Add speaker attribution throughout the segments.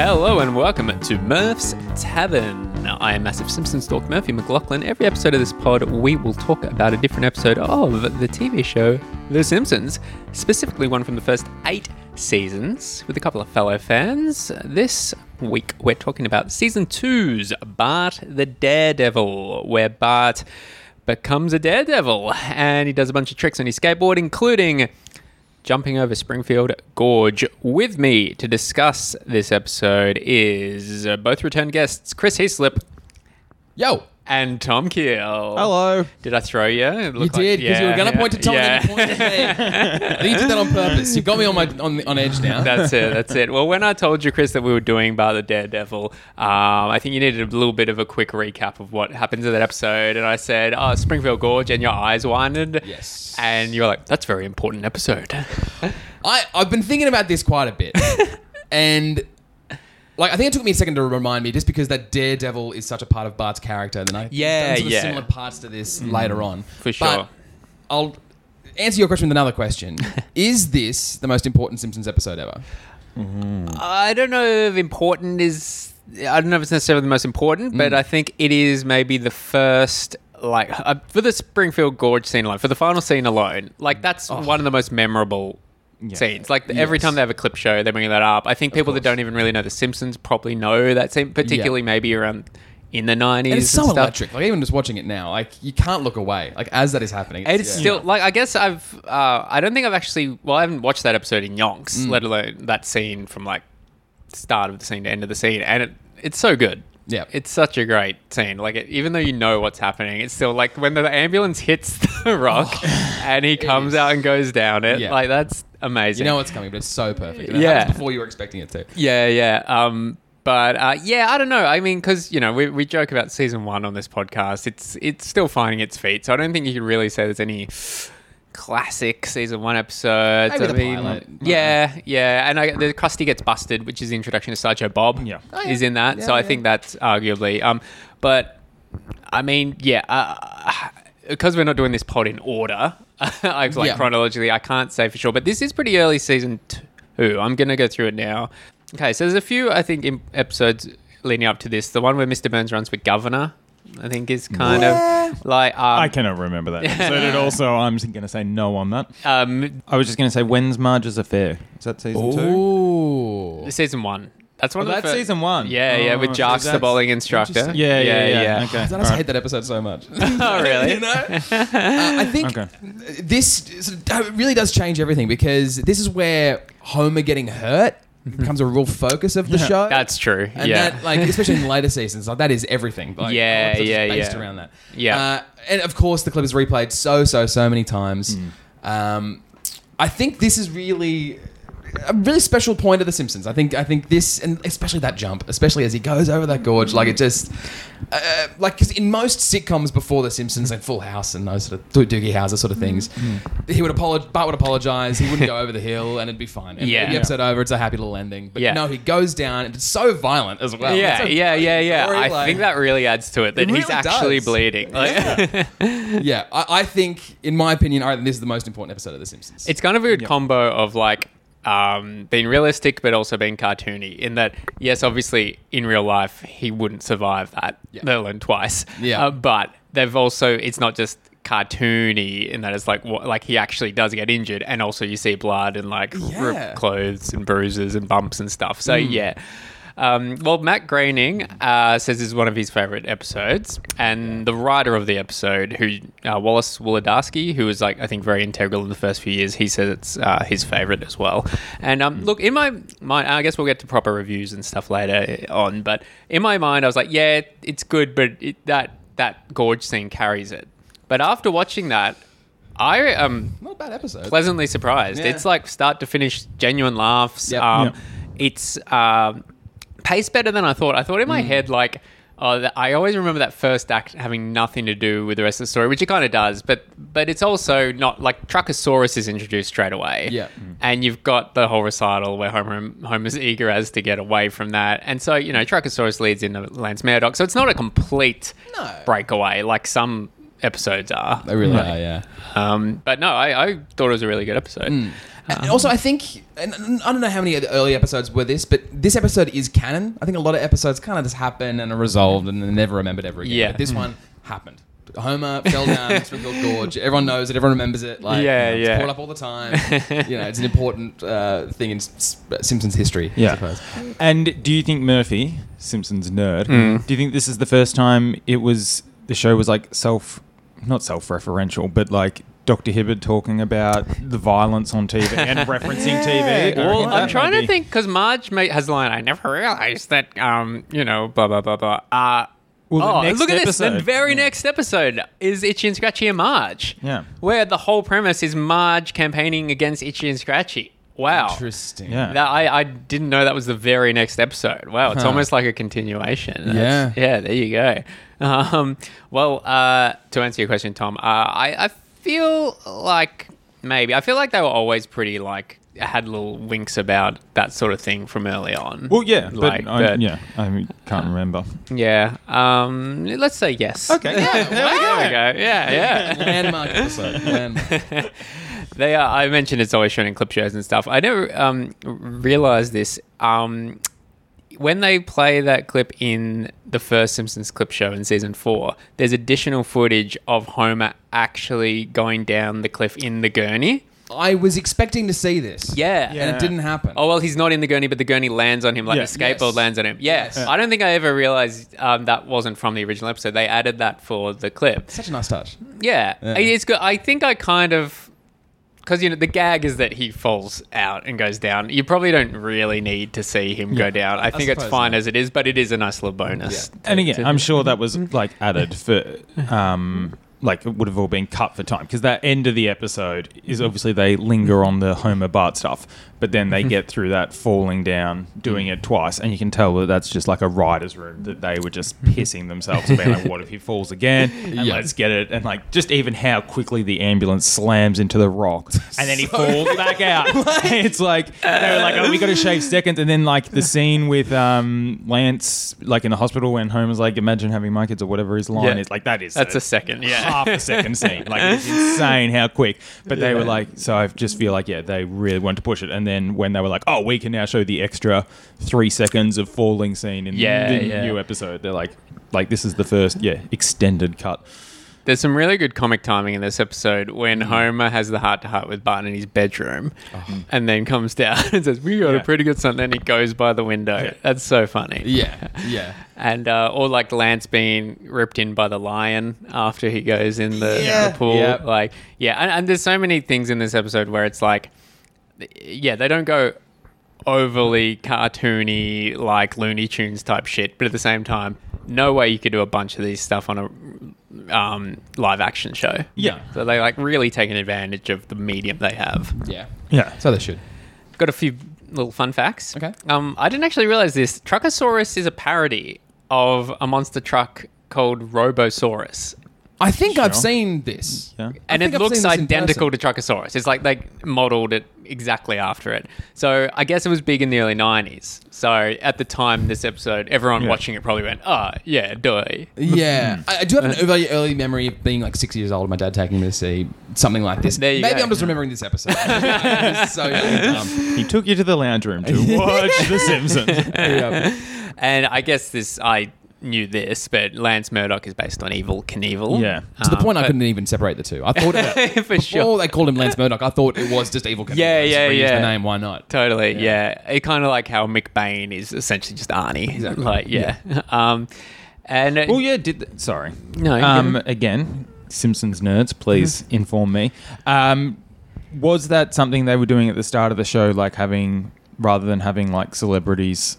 Speaker 1: Hello and welcome to Murph's Tavern. I am Massive Simpsons Stalk Murphy McLaughlin. Every episode of this pod, we will talk about a different episode of the TV show The Simpsons, specifically one from the first eight seasons with a couple of fellow fans. This week, we're talking about season two's Bart the Daredevil, where Bart becomes a daredevil and he does a bunch of tricks on his skateboard, including jumping over Springfield Gorge. With me to discuss this episode is uh, both return guests Chris Heeslip
Speaker 2: Yo.
Speaker 1: and Tom Keel.
Speaker 2: Hello.
Speaker 1: Did I throw you? It
Speaker 2: You
Speaker 1: looked like-
Speaker 2: did because you were
Speaker 1: yeah,
Speaker 2: going to
Speaker 1: yeah,
Speaker 2: point to Tom and then you pointed
Speaker 1: yeah.
Speaker 2: at me. you did that on purpose. You got me on my on, on edge now.
Speaker 1: That's it. That's it. Well, when I told you, Chris, that we were doing Bar the Daredevil, um, I think you needed a little bit of a quick recap of what happens in that episode. And I said, "Oh, Springfield Gorge," and your eyes widened.
Speaker 2: Yes.
Speaker 1: And you're like, "That's a very important episode."
Speaker 2: I I've been thinking about this quite a bit, and like I think it took me a second to remind me, just because that daredevil is such a part of Bart's character. Then I
Speaker 1: Yeah,
Speaker 2: done sort of
Speaker 1: yeah.
Speaker 2: similar parts to this later on
Speaker 1: Mm-hmm. For sure.
Speaker 2: But I'll answer your question with another question: Is this the most important Simpsons episode ever?
Speaker 1: I don't know if important is. I don't know if it's necessarily the most
Speaker 2: Mm.
Speaker 1: important, but I think it is maybe the first. Like uh, for the Springfield Gorge scene alone, for the final scene alone, like that's one of the most memorable scenes. Like the- every
Speaker 2: Oh. Yes.
Speaker 1: time they have a clip show, they bring that up. I think people that
Speaker 2: course.
Speaker 1: don't even really know The Simpsons probably know that scene, particularly maybe around in the nineties.
Speaker 2: And it's so
Speaker 1: stuff.
Speaker 2: electric. Like even just watching it now, like you can't look away. Like as that is happening,
Speaker 1: It's
Speaker 2: yeah.
Speaker 1: still like I guess I've uh, I don't think I've actually well I haven't watched that episode in yonks,
Speaker 2: Mm.
Speaker 1: let alone that scene from like start of the scene to end of the scene, and it, it's so good.
Speaker 2: Yeah.
Speaker 1: it's such a great scene. Like it, even though you know what's happening, it's still like when the ambulance hits the rock and he comes out and goes down it.
Speaker 2: Oh. Yeah.
Speaker 1: Like that's amazing.
Speaker 2: You know what's coming, but it's so perfect. And it
Speaker 1: Yeah.
Speaker 2: happens before you were expecting it to.
Speaker 1: Yeah, yeah. Um, but uh, yeah, I don't know. I mean, because you know, we, we joke about season one on this podcast. It's it's still finding its feet, so I don't think you can really say there's any classic season one episodes.
Speaker 2: Maybe
Speaker 1: I
Speaker 2: the
Speaker 1: mean,
Speaker 2: pilot.
Speaker 1: yeah, yeah. And I, the Krusty gets busted, which is the introduction to Sideshow Bob.
Speaker 3: Yeah.
Speaker 2: Oh, yeah.
Speaker 1: is in that.
Speaker 2: Yeah,
Speaker 1: so I
Speaker 2: yeah.
Speaker 1: think that's arguably. Um, but I mean, yeah. Uh, because we're not doing this pod in order, I've like
Speaker 2: Yeah.
Speaker 1: chronologically, I can't say for sure, but this is pretty early season two. I'm gonna go through it now. Okay, so there's a few I think im episodes leading up to this. The one where Mr. Burns runs for governor, I think is kind of like
Speaker 3: I
Speaker 1: um,
Speaker 3: cannot remember that episode at all, so I'm going to say no on that.
Speaker 1: um
Speaker 3: I was just going to say, when's Marge's Affair? Is that season two?
Speaker 2: Ooh.
Speaker 1: season one. That's one
Speaker 2: Oh,
Speaker 3: Well,
Speaker 1: of the
Speaker 3: that's
Speaker 1: fir-
Speaker 3: season one.
Speaker 1: Yeah, yeah, with
Speaker 3: Oh, so
Speaker 1: Jarks the
Speaker 3: that's-
Speaker 1: bowling instructor.
Speaker 2: interesting.
Speaker 3: Yeah, yeah, yeah. Okay.
Speaker 2: I
Speaker 3: alright.
Speaker 2: hate that episode so much.
Speaker 1: Oh, really?
Speaker 2: you know? Uh, I think
Speaker 3: Okay.
Speaker 2: this sort of- it really does change everything because this is where Homer getting hurt becomes a real focus of the show.
Speaker 1: That's true.
Speaker 2: And
Speaker 1: yeah.
Speaker 2: that, like, especially in later seasons, like that is everything. Like,
Speaker 1: Yeah,
Speaker 2: all episodes are
Speaker 1: yeah,
Speaker 2: based
Speaker 1: yeah.
Speaker 2: around that.
Speaker 1: Yeah.
Speaker 2: Uh, and of course, the clip is replayed so, so, so many times.
Speaker 1: Hmm.
Speaker 2: Um, I think this is really a really special point of The Simpsons. I think, I think this, and especially that jump, especially as he goes over that gorge, like it just, uh, like, because in most sitcoms before The Simpsons, like Full House and those sort of Do- Doogie Howser sort of things,
Speaker 1: Hmm.
Speaker 2: he would apologize, Bart would apologize, he wouldn't go over the hill, and it'd be fine. And
Speaker 1: Yeah.
Speaker 2: the episode over, it's a happy little ending. But
Speaker 1: Yeah.
Speaker 2: no, he goes down, and it's so violent as well. Wow,
Speaker 1: yeah,
Speaker 2: that's a
Speaker 1: yeah, yeah, yeah.
Speaker 2: story,
Speaker 1: I
Speaker 2: like-
Speaker 1: think that really adds to it that
Speaker 2: It
Speaker 1: he's
Speaker 2: really
Speaker 1: actually
Speaker 2: does.
Speaker 1: bleeding. Like-
Speaker 2: Yeah, I, I think, in my opinion, I think this is the most important episode of The Simpsons.
Speaker 1: It's kind of a weird combo of like um, being realistic but also being cartoony. In that, yes, obviously in real life he wouldn't survive that,
Speaker 2: Yeah.
Speaker 1: let alone twice.
Speaker 2: Yeah.
Speaker 1: Uh, but they've also it's not just cartoony in that it's like what like he actually does get injured and also you see blood and like ripped
Speaker 2: Yeah.
Speaker 1: clothes and bruises and bumps and stuff. So yeah. Um, well, Matt Groening uh, says this is one of his favorite episodes, and the writer of the episode, who uh, Wallace Wolodarski, who was like I think very integral in the first few years, he says it's uh, his favorite as well. And um, look, in my mind, I guess we'll get to proper reviews and stuff later eh, on, but in my mind, I was like, yeah, it's good, but it, that that gorge scene carries it. But after watching that, I um,
Speaker 2: not a bad episode.
Speaker 1: pleasantly surprised.
Speaker 2: Yeah.
Speaker 1: It's like start to finish, genuine laughs.
Speaker 2: Yep.
Speaker 1: Um,
Speaker 3: Yep.
Speaker 1: It's um, paced better than I thought. I thought in
Speaker 2: Mm.
Speaker 1: my head like. Oh, that I always remember that first act having nothing to do with the rest of the story, which it kind of does. But but it's also not like Truckosaurus is introduced straight away,
Speaker 2: Yeah.
Speaker 1: and you've got the whole recital where Homer Homer's eager as to get away from that, and so you know Truckosaurus leads into Lance Murdoch, so it's not a complete
Speaker 2: No.
Speaker 1: breakaway like some episodes are.
Speaker 2: They really
Speaker 3: Right.
Speaker 2: are, yeah.
Speaker 1: Um, but no, I, I thought it was a really good episode.
Speaker 3: Hmm.
Speaker 2: And
Speaker 1: Um,
Speaker 2: also, I think, and and I don't know how many of the early episodes were this, but this episode is canon. I think a lot of episodes kind of just happen and are resolved and then never remembered ever again.
Speaker 1: Yeah. Hmm.
Speaker 2: But this one happened. Homer fell down Springfield Gorge. Everyone knows it. Everyone remembers it. Like,
Speaker 1: Yeah,
Speaker 2: you
Speaker 1: yeah.
Speaker 2: know, It's brought up all the time. you know, it's an important uh, thing in S- S- Simpsons history. I
Speaker 3: Yeah.
Speaker 2: suppose.
Speaker 3: And do you think Murphy, Simpsons nerd,
Speaker 1: Hmm.
Speaker 3: do you think this is the first time it was the show was like self, not self-referential, but like Dr. Hibbard talking about the violence on TV and referencing TV? I
Speaker 1: Well,
Speaker 3: reckon
Speaker 1: I'm
Speaker 3: that
Speaker 1: trying
Speaker 3: might
Speaker 1: to
Speaker 3: be-
Speaker 1: think because Marge mate has the line. I never realized that. Um, you know, blah blah blah blah. Uh,
Speaker 3: Well, the
Speaker 1: oh,
Speaker 3: next
Speaker 1: look at this. The
Speaker 3: episode.
Speaker 1: very
Speaker 3: Yeah.
Speaker 1: next episode is Itchy and Scratchy and Marge.
Speaker 3: Yeah.
Speaker 1: Where the whole premise is Marge campaigning against Itchy and Scratchy. Wow.
Speaker 2: Interesting.
Speaker 3: Yeah.
Speaker 1: That, I, I didn't know that was the very next episode. Wow, it's
Speaker 2: Huh.
Speaker 1: almost like a continuation.
Speaker 2: Yeah.
Speaker 1: Yeah, there you go. Um, well, uh, to answer your question, Tom, uh, I, I feel like maybe, I feel like they were always pretty, like, had little winks about that sort of thing from early on.
Speaker 3: Well, yeah,
Speaker 1: Like,
Speaker 3: but, I,
Speaker 1: but-
Speaker 3: yeah, I can't remember.
Speaker 1: Yeah. Um, let's say yes.
Speaker 3: Okay.
Speaker 1: Yeah, there we go. Yeah, yeah.
Speaker 2: Landmark episode. Um, Landmark.
Speaker 1: They are. I mentioned it's always shown in clip shows and stuff. I never um, realized this. Um, when they play that clip in the first Simpsons clip show in season four, there's additional footage of Homer actually going down the cliff in the gurney.
Speaker 2: I was expecting to see this.
Speaker 1: Yeah.
Speaker 2: And it didn't happen.
Speaker 1: Oh well, he's not in the gurney, but the gurney lands on him like
Speaker 3: Yeah.
Speaker 1: a skateboard
Speaker 2: Yes.
Speaker 1: lands on him. Yes,
Speaker 2: Yes.
Speaker 1: I don't think I ever realized um, that wasn't from the original episode. They added that for the clip.
Speaker 2: Such a nice touch.
Speaker 1: Yeah,
Speaker 2: Yeah.
Speaker 1: it's good. I think I kind of because you know the gag is that he falls out and goes down. You probably don't really need to see him go down. I, think it's
Speaker 2: suppose
Speaker 1: fine
Speaker 2: not.
Speaker 1: as it is, but it is a nice little bonus.
Speaker 3: And again, I'm sure that was like added for, um, like it would have all been cut for time because that end of the episode is obviously they linger on the Homer Bart stuff, but then they get through that falling down, doing it twice, and you can tell that that's just like a writer's room that they were just pissing themselves, being like, "What if he falls again? And
Speaker 2: Yeah.
Speaker 3: let's get it!" And like just even how quickly the ambulance slams into the rock, and then he falls back out. it's like they were like, "Oh, we got to shave seconds," and then like the scene with um, Lance, like in the hospital when Homer's like, "Imagine having my kids" or whatever his line
Speaker 1: Yeah.
Speaker 3: is. Like that is
Speaker 1: That's
Speaker 3: a
Speaker 1: a second, yeah.
Speaker 3: half a second scene. Like it's insane how quick. But they were like, so I just feel like yeah, they really wanted to push it. And then when they were like, oh, we can now show the extra three seconds of falling scene in
Speaker 1: Yeah,
Speaker 3: the
Speaker 1: yeah.
Speaker 3: new episode, they're like, like this is the first yeah extended cut.
Speaker 1: There's some really good comic timing in this episode when Homer has the heart to heart with Bart in his bedroom, and then comes down and says, "We got
Speaker 3: Yeah.
Speaker 1: a pretty good son." Then he goes by the window. That's so funny.
Speaker 2: Yeah. Yeah.
Speaker 1: and uh, or like Lance being ripped in by the lion after he goes in the, the pool.
Speaker 2: Yep.
Speaker 1: Like, yeah, and, and there's so many things in this episode where it's like, yeah, they don't go overly cartoony like Looney Tunes type shit, but at the same time, no way you could do a bunch of these stuff on a um, live action show.
Speaker 3: Yeah.
Speaker 1: so they like really taking advantage of the medium they have.
Speaker 2: Yeah.
Speaker 3: Yeah.
Speaker 2: So they should.
Speaker 1: Got a few little fun facts.
Speaker 2: Okay.
Speaker 1: Um, I didn't actually realize this. Truckosaurus is a parody of a monster truck called Robosaurus.
Speaker 2: I think I've
Speaker 3: Sure.
Speaker 2: seen this.
Speaker 3: Yeah.
Speaker 2: I
Speaker 1: And it
Speaker 2: think I've
Speaker 1: looks
Speaker 2: seen this in
Speaker 1: identical
Speaker 2: person.
Speaker 1: to Truckosaurus. It's like they modeled it exactly after it. So I guess it was big in the early 90s. So at the time, this episode, everyone
Speaker 3: Yeah.
Speaker 1: watching it probably went, oh, yeah, duh.
Speaker 2: Yeah,
Speaker 3: Hmm.
Speaker 2: I I do have an early, early memory of being like six years old. and My dad taking me to see something like this.
Speaker 1: There you
Speaker 2: Maybe
Speaker 1: go.
Speaker 2: I'm just remembering this episode. I was so young. Um,
Speaker 3: He took you to the lounge room to watch The Simpsons.
Speaker 2: yeah.
Speaker 1: And I guess this, I knew this, but Lance Murdoch is based on Evil Knievel.
Speaker 3: Yeah.
Speaker 2: To the
Speaker 1: Um,
Speaker 2: point, I
Speaker 1: but-
Speaker 2: couldn't even separate the two. I thought it,
Speaker 1: For
Speaker 2: before
Speaker 1: sure.
Speaker 2: they called him Lance Murdoch, I thought it was just evil. Knievel.
Speaker 1: Yeah,
Speaker 2: Just
Speaker 1: yeah,
Speaker 2: reuse
Speaker 1: yeah.
Speaker 2: The name, why not?
Speaker 1: Totally, yeah. It kind of like how Mick Bain is essentially just Arnie.
Speaker 2: Exactly.
Speaker 1: Like, yeah. Um, and uh,
Speaker 3: Well, Oh, yeah, did th- sorry.
Speaker 1: No, you
Speaker 3: Um,
Speaker 1: go. Mm-hmm.
Speaker 3: again, Simpsons nerds, please inform me. Um, was that something they were doing at the start of the show, like having rather than having like celebrities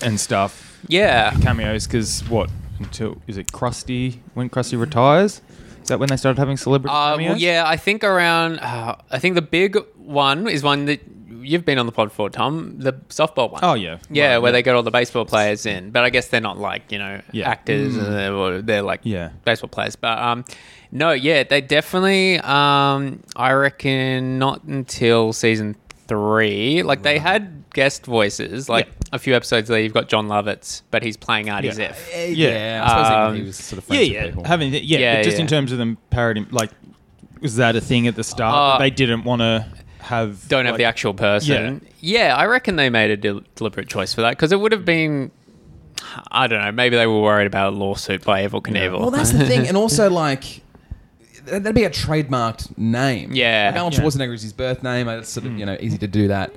Speaker 3: and stuff
Speaker 1: yeah.
Speaker 3: cameos? Because what until is it Krusty when Krusty retires? Is that when they started having celebrity
Speaker 1: Uh,
Speaker 3: cameos?
Speaker 1: well, yeah. I think around. Uh, I think the big one is one that you've been on the pod for, Tom. The softball one.
Speaker 3: Oh, yeah.
Speaker 1: Yeah,
Speaker 3: Right,
Speaker 1: where
Speaker 3: yeah.
Speaker 1: they got all the baseball players in, but I guess they're not like you know
Speaker 3: Yeah. Mm.
Speaker 1: actors. and they're, well, they're like
Speaker 3: Yeah.
Speaker 1: baseball players, but um, no, yeah, they definitely. Um, I reckon not until season three. Like they had guest voices. Like a few episodes there, you've got John Lovitz, but he's playing Artie
Speaker 3: Yeah.
Speaker 1: Ziff.
Speaker 2: Uh, Yeah,
Speaker 3: Yeah.
Speaker 2: I suppose that
Speaker 1: Um,
Speaker 2: he was sort of
Speaker 3: yeah,
Speaker 2: friends with
Speaker 3: yeah,
Speaker 2: people.
Speaker 3: having it, yeah,
Speaker 1: Yeah,
Speaker 3: but just
Speaker 1: yeah.
Speaker 3: in terms of them parodying, like, was that a thing at the start?
Speaker 1: Uh,
Speaker 3: they didn't want to have
Speaker 1: Don't have
Speaker 3: like-
Speaker 1: the actual person. Yeah, I reckon they made a del- deliberate choice for that because it would have been. I don't know. Maybe they were worried about a lawsuit by Evil Knievel.
Speaker 2: Well, that's the thing, and also like that- that'd be a trademarked name.
Speaker 1: Yeah. Hmm.
Speaker 2: like Arnold
Speaker 3: Yeah.
Speaker 2: Schwarzenegger is his birth name. and It's sort of you know easy to do that.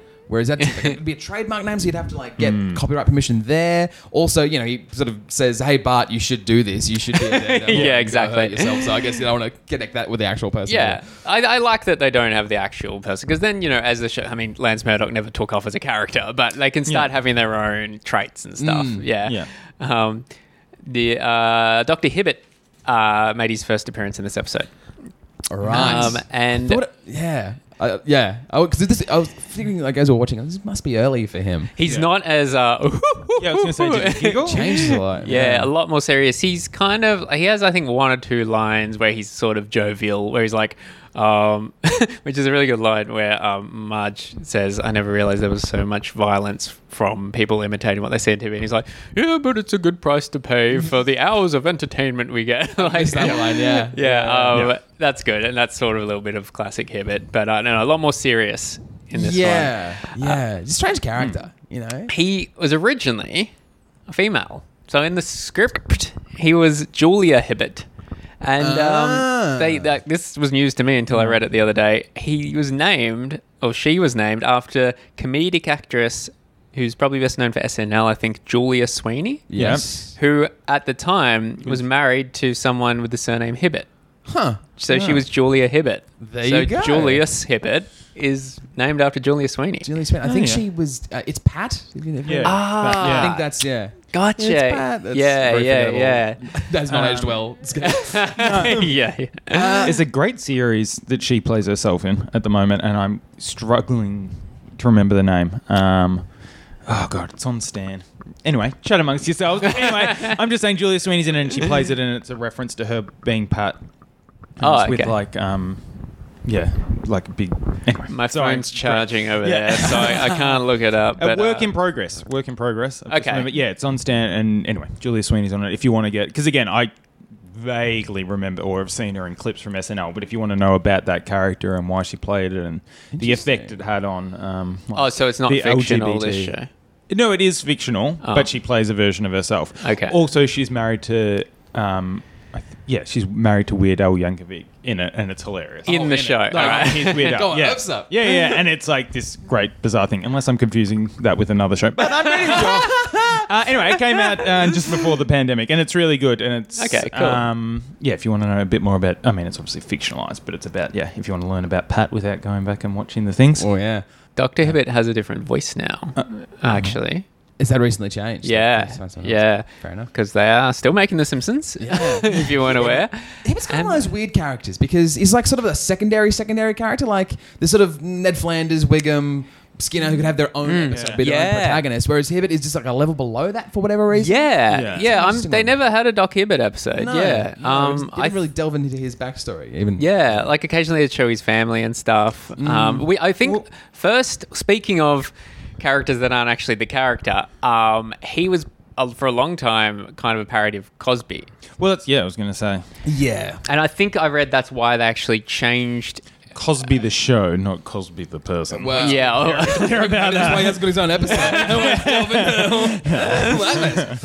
Speaker 2: Whereas that would be a trademark name, so you'd have to like get
Speaker 1: Hmm.
Speaker 2: copyright permission there. Also, you know, he sort of says, "Hey Bart, you should do this. You should." Be a daredevil.
Speaker 1: Yeah,
Speaker 2: You know,
Speaker 1: exactly.
Speaker 2: hurt yourself. So I guess you don't want to connect that with the actual person.
Speaker 1: Yeah, I, I like that they don't have the actual person because then you know, as the show, I mean, Lance Murdoch never took off as a character, but they can start
Speaker 3: Yeah.
Speaker 1: having their own traits and stuff.
Speaker 2: Mm.
Speaker 1: Yeah,
Speaker 3: Yeah.
Speaker 1: Um, the uh, Doctor Hibbert uh, made his first appearance in this episode.
Speaker 2: All right.
Speaker 1: Um, and
Speaker 2: Thought it- yeah. Uh, yeah, because this I was thinking like as we were watching, this must be early for him.
Speaker 1: he's
Speaker 3: Yeah.
Speaker 1: not as uh,
Speaker 3: Yeah, I was gonna say, did he giggle?
Speaker 2: Changed a lot.
Speaker 1: Yeah, a lot more serious. He's kind of he has I think one or two lines where he's sort of jovial, where he's like, um, which is a really good line where um, Marge says, "I never realized there was so much violence from people imitating what they see on TV," and he's like, "Yeah, but it's a good price to pay for the hours of entertainment we get." like
Speaker 2: Missed that line, yeah.
Speaker 1: yeah, um,
Speaker 3: Yeah.
Speaker 1: that's good, and that's sort of a little bit of classic Hibbert, but uh, no, a lot more serious in this one.
Speaker 2: yeah, yeah. He's a strange character, you know.
Speaker 1: he was originally a female. So in the script, he was Julia Hibbert. And
Speaker 2: Ah.
Speaker 1: um, they, that, this was news to me until I read it the other day. He was named, or she was named, after comedic actress who's probably best known for SNL, I think, Julia Sweeney,
Speaker 2: Yes.
Speaker 1: who at the time was married to someone with the surname Hibbert.
Speaker 2: Huh.
Speaker 1: So she was Julia Hibbert.
Speaker 2: Ah. There
Speaker 1: so
Speaker 2: you go.
Speaker 1: Julius Hibbert is named after Julia Sweeney.
Speaker 2: Julie Smith. I
Speaker 3: Oh,
Speaker 2: think
Speaker 3: yeah.
Speaker 2: she was. Uh, it's Pat.
Speaker 3: Yeah.
Speaker 1: Ah.
Speaker 3: But, yeah.
Speaker 2: I think that's yeah.
Speaker 1: Gotcha.
Speaker 2: It's Pat. That's
Speaker 1: yeah,
Speaker 2: very
Speaker 1: yeah,
Speaker 2: forgettable.
Speaker 1: yeah.
Speaker 2: That's not
Speaker 3: Um,
Speaker 2: aged well. It's good.
Speaker 1: yeah, yeah.
Speaker 3: it's a great series that she plays herself in at the moment, and I'm struggling to remember the name. Um, oh god, it's on Stan. Anyway, chat amongst yourselves. anyway, I'm just saying Julia Sweeney's in it, and she plays it, and it's a reference to her being Pat. And
Speaker 1: Oh,
Speaker 3: it's with
Speaker 1: okay.
Speaker 3: like um, yeah, like a big. Anyway,
Speaker 1: My
Speaker 3: sorry.
Speaker 1: phone's charging over
Speaker 3: Yeah.
Speaker 1: there, so I, I can't look it up.
Speaker 3: A
Speaker 1: But,
Speaker 3: work
Speaker 1: uh,
Speaker 3: in progress. Work in progress. I've just
Speaker 1: Okay.
Speaker 3: remembered- yeah, it's on Stan. And anyway, Julia Sweeney's on it. If you want to get, because again, I vaguely remember or have seen her in clips from SNL. But if you want to know about that character and why she played it and the effect it had on, um, like,
Speaker 1: Oh, so it's not
Speaker 3: the
Speaker 1: fictional,
Speaker 3: LGBT.
Speaker 1: this show.
Speaker 3: No, it is fictional,
Speaker 1: Oh.
Speaker 3: but she plays a version of herself.
Speaker 1: Okay.
Speaker 3: Also, she's married to, um, I th- yeah, she's married to Weird Al Yankovic in it, and it's hilarious.
Speaker 1: In the
Speaker 2: in it.
Speaker 1: show.
Speaker 3: Oh, No,
Speaker 1: all right.
Speaker 3: he's Weird Al.
Speaker 2: Go on,
Speaker 3: yeah.
Speaker 2: ups up.
Speaker 3: yeah, yeah, and it's like this great bizarre thing. Unless I'm confusing that with another show, but I'm pretty sure. Uh, anyway, it came out uh, just before the pandemic, and it's really good. And it's
Speaker 1: Okay, cool.
Speaker 3: Um, yeah, if you want to know a bit more about, I mean, it's obviously fictionalized, but it's about yeah, if you want to learn about Pat without going back and watching the things.
Speaker 2: oh yeah.
Speaker 1: Dr. Hibbert has a different voice now,
Speaker 2: Uh, uh-huh.
Speaker 1: actually.
Speaker 2: Is that recently changed?
Speaker 1: Yeah.
Speaker 2: That's- that's- that's-
Speaker 1: Yeah.
Speaker 2: Fair enough.
Speaker 1: Because they are still making The Simpsons, if you weren't aware.
Speaker 2: He was kind of
Speaker 1: And-
Speaker 2: one of those weird characters because he's like sort of a secondary, secondary character, like the sort of Ned Flanders, Wiggum, Skinner, who could have their own episode,
Speaker 3: Yeah.
Speaker 2: be their own
Speaker 1: Mm. Yeah.
Speaker 2: protagonist. Whereas Hibbert is just like a level below that for whatever reason.
Speaker 1: Yeah. Yeah.
Speaker 2: It's
Speaker 3: Yeah.
Speaker 1: I'm,
Speaker 2: an interesting
Speaker 1: they
Speaker 2: one.
Speaker 1: never had a Doc Hibbert episode.
Speaker 2: No,
Speaker 1: Uh, yeah.
Speaker 2: no, it was-
Speaker 1: Um,
Speaker 2: didn't
Speaker 1: I
Speaker 2: really delve into his backstory even.
Speaker 1: Yeah, like occasionally they'd show his family and stuff.
Speaker 2: Mm.
Speaker 1: Um, we, I think,
Speaker 3: Well-
Speaker 1: first speaking of characters that aren't actually the character, um, he was uh, for a long time kind of a parody of Cosby,
Speaker 3: Well, that's yeah, I was gonna say
Speaker 2: yeah.
Speaker 1: and I think I read that's why they actually changed.
Speaker 3: Cosby the show, not Cosby the person.
Speaker 2: Well,
Speaker 1: yeah,
Speaker 2: That's why he hasn't got his own episode.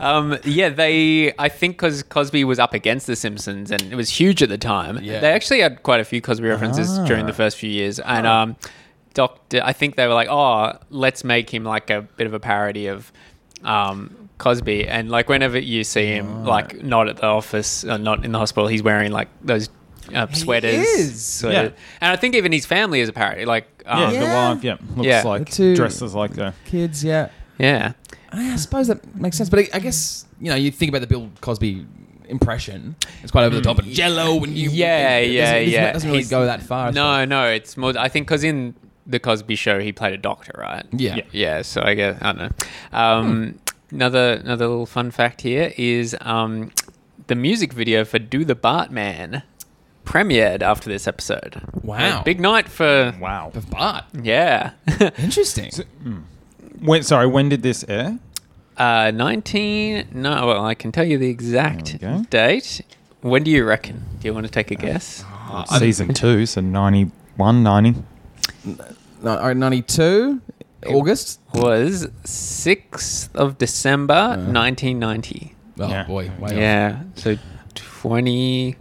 Speaker 1: um, yeah, they. I think because Cosby was up against The Simpsons and it was huge at the time.
Speaker 2: Yeah. Ah.
Speaker 1: They actually had quite a few Cosby references during the first few years, and um, Doctor. I think they were like, "Oh, let's make him like a bit of a parody of." Um, Cosby and like whenever you see him, like not at the office, or not in the hospital, he's wearing like those uh, sweaters.
Speaker 2: is.
Speaker 1: Sweater-
Speaker 3: Yeah.
Speaker 1: and I think even his family is a parody. Like,
Speaker 3: yeah,
Speaker 1: um,
Speaker 3: the
Speaker 1: yeah,
Speaker 2: Yeah.
Speaker 3: wife, yeah, looks
Speaker 1: Yeah.
Speaker 3: like
Speaker 2: The two-
Speaker 3: dresses like the
Speaker 2: Kids, yeah. I suppose that makes sense. But I, I guess, you know, you think about the Bill Cosby impression. It's quite over the top and jello and you.
Speaker 1: Mm. Yeah,
Speaker 2: it doesn't-
Speaker 1: yeah,
Speaker 2: it doesn't,
Speaker 1: yeah.
Speaker 2: It doesn't really
Speaker 1: He's-
Speaker 2: go that far. I
Speaker 1: No, no, it's more. I think because in the Cosby Show, he played a doctor, right?
Speaker 2: suppose. Yeah.
Speaker 3: Yeah.
Speaker 1: Yeah, so I guess I don't know. Um, Another another little fun fact here is um, the music video for "Do the Bartman" premiered after this episode.
Speaker 2: Wow.
Speaker 1: A big night for
Speaker 3: Wow.
Speaker 2: Of Bart.
Speaker 1: yeah.
Speaker 2: Interesting.
Speaker 3: When, sorry, when did this air?
Speaker 1: uh, nineteen. No, well, I can tell you the exact
Speaker 3: There we go.
Speaker 1: date. When do you reckon? Do you want to take a guess?
Speaker 3: Season two, so 91, 90.
Speaker 2: No, all right, 92, August.
Speaker 1: Was sixth of December, nineteen ninety.
Speaker 2: Oh,
Speaker 3: Yeah.
Speaker 2: boy. way off.
Speaker 1: Yeah. So twenty.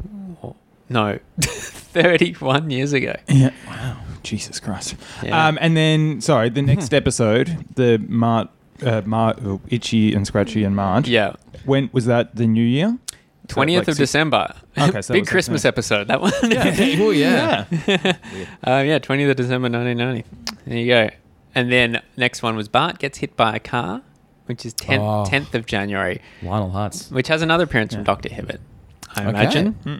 Speaker 1: No, thirty-one years ago.
Speaker 3: Yeah. Wow. Jesus Christ.
Speaker 1: Yeah.
Speaker 3: Um, and then, sorry, the next episode, the Mart, uh, Mart, oh, Itchy and Scratchy and Marge.
Speaker 1: Yeah.
Speaker 3: When was that? The New Year.
Speaker 1: Twentieth
Speaker 3: like
Speaker 1: of
Speaker 3: six-
Speaker 1: December.
Speaker 3: Okay, so that
Speaker 1: big
Speaker 3: was it,
Speaker 1: Christmas
Speaker 3: yeah.
Speaker 1: episode. That one.
Speaker 2: Oh, yeah.
Speaker 1: Uh, yeah, 20th of December 1990. There you go. And then next one was Bart gets hit by a car, which is 10th,
Speaker 2: Oh.
Speaker 1: 10th of January,
Speaker 2: Lionel Hutz.
Speaker 1: which has another appearance from Dr. Hibbert, I
Speaker 2: Okay.
Speaker 1: imagine.
Speaker 3: Hmm.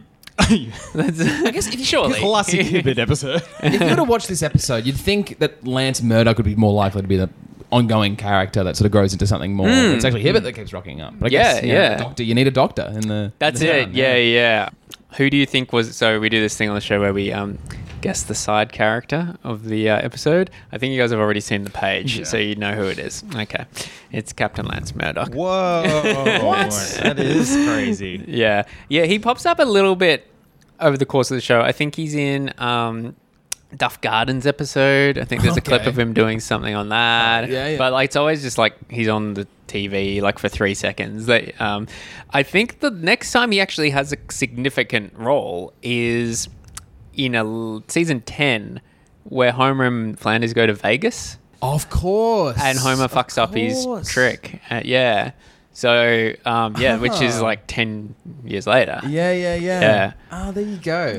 Speaker 1: That's, I
Speaker 2: guess if you-
Speaker 1: surely.
Speaker 3: Classic Hibbert episode.
Speaker 2: if you were to watch this episode, you'd think that Lance Murdoch would be more likely to be the ongoing character that sort of grows into something more. It's actually Hibbert that keeps rocking up. But
Speaker 1: Hmm.
Speaker 2: I
Speaker 1: Yeah,
Speaker 2: guess, you know,
Speaker 1: yeah.
Speaker 2: Doctor, you need a doctor in the.
Speaker 1: That's
Speaker 2: in the
Speaker 1: it.
Speaker 2: town,
Speaker 1: Yeah, yeah. Who do you think was. So we do this thing on the show where we um, guess the side character of the uh, episode. I think you guys have already seen the page, so you know who it is. Okay. It's Captain Lance Murdoch.
Speaker 3: Whoa. what? That is crazy.
Speaker 1: Yeah, yeah, he pops up a little bit over the course of the show. I think he's in um, Duff Gardens episode. I think there's a clip
Speaker 2: Okay.
Speaker 1: of him doing something on that.
Speaker 2: Yeah, yeah.
Speaker 1: But like, it's always just like he's on the TV like for three seconds. They, um, I think the next time he actually has a significant role is in a l- season ten where Homer and Flanders go to Vegas
Speaker 2: Of course.
Speaker 1: and Homer
Speaker 2: Of
Speaker 1: fucks up his
Speaker 2: course.
Speaker 1: trick. Uh, yeah. So um, yeah, which is
Speaker 2: Ah.
Speaker 1: like ten years later.
Speaker 2: Yeah, yeah, yeah.
Speaker 1: Yeah. Um.
Speaker 2: Oh, there you go.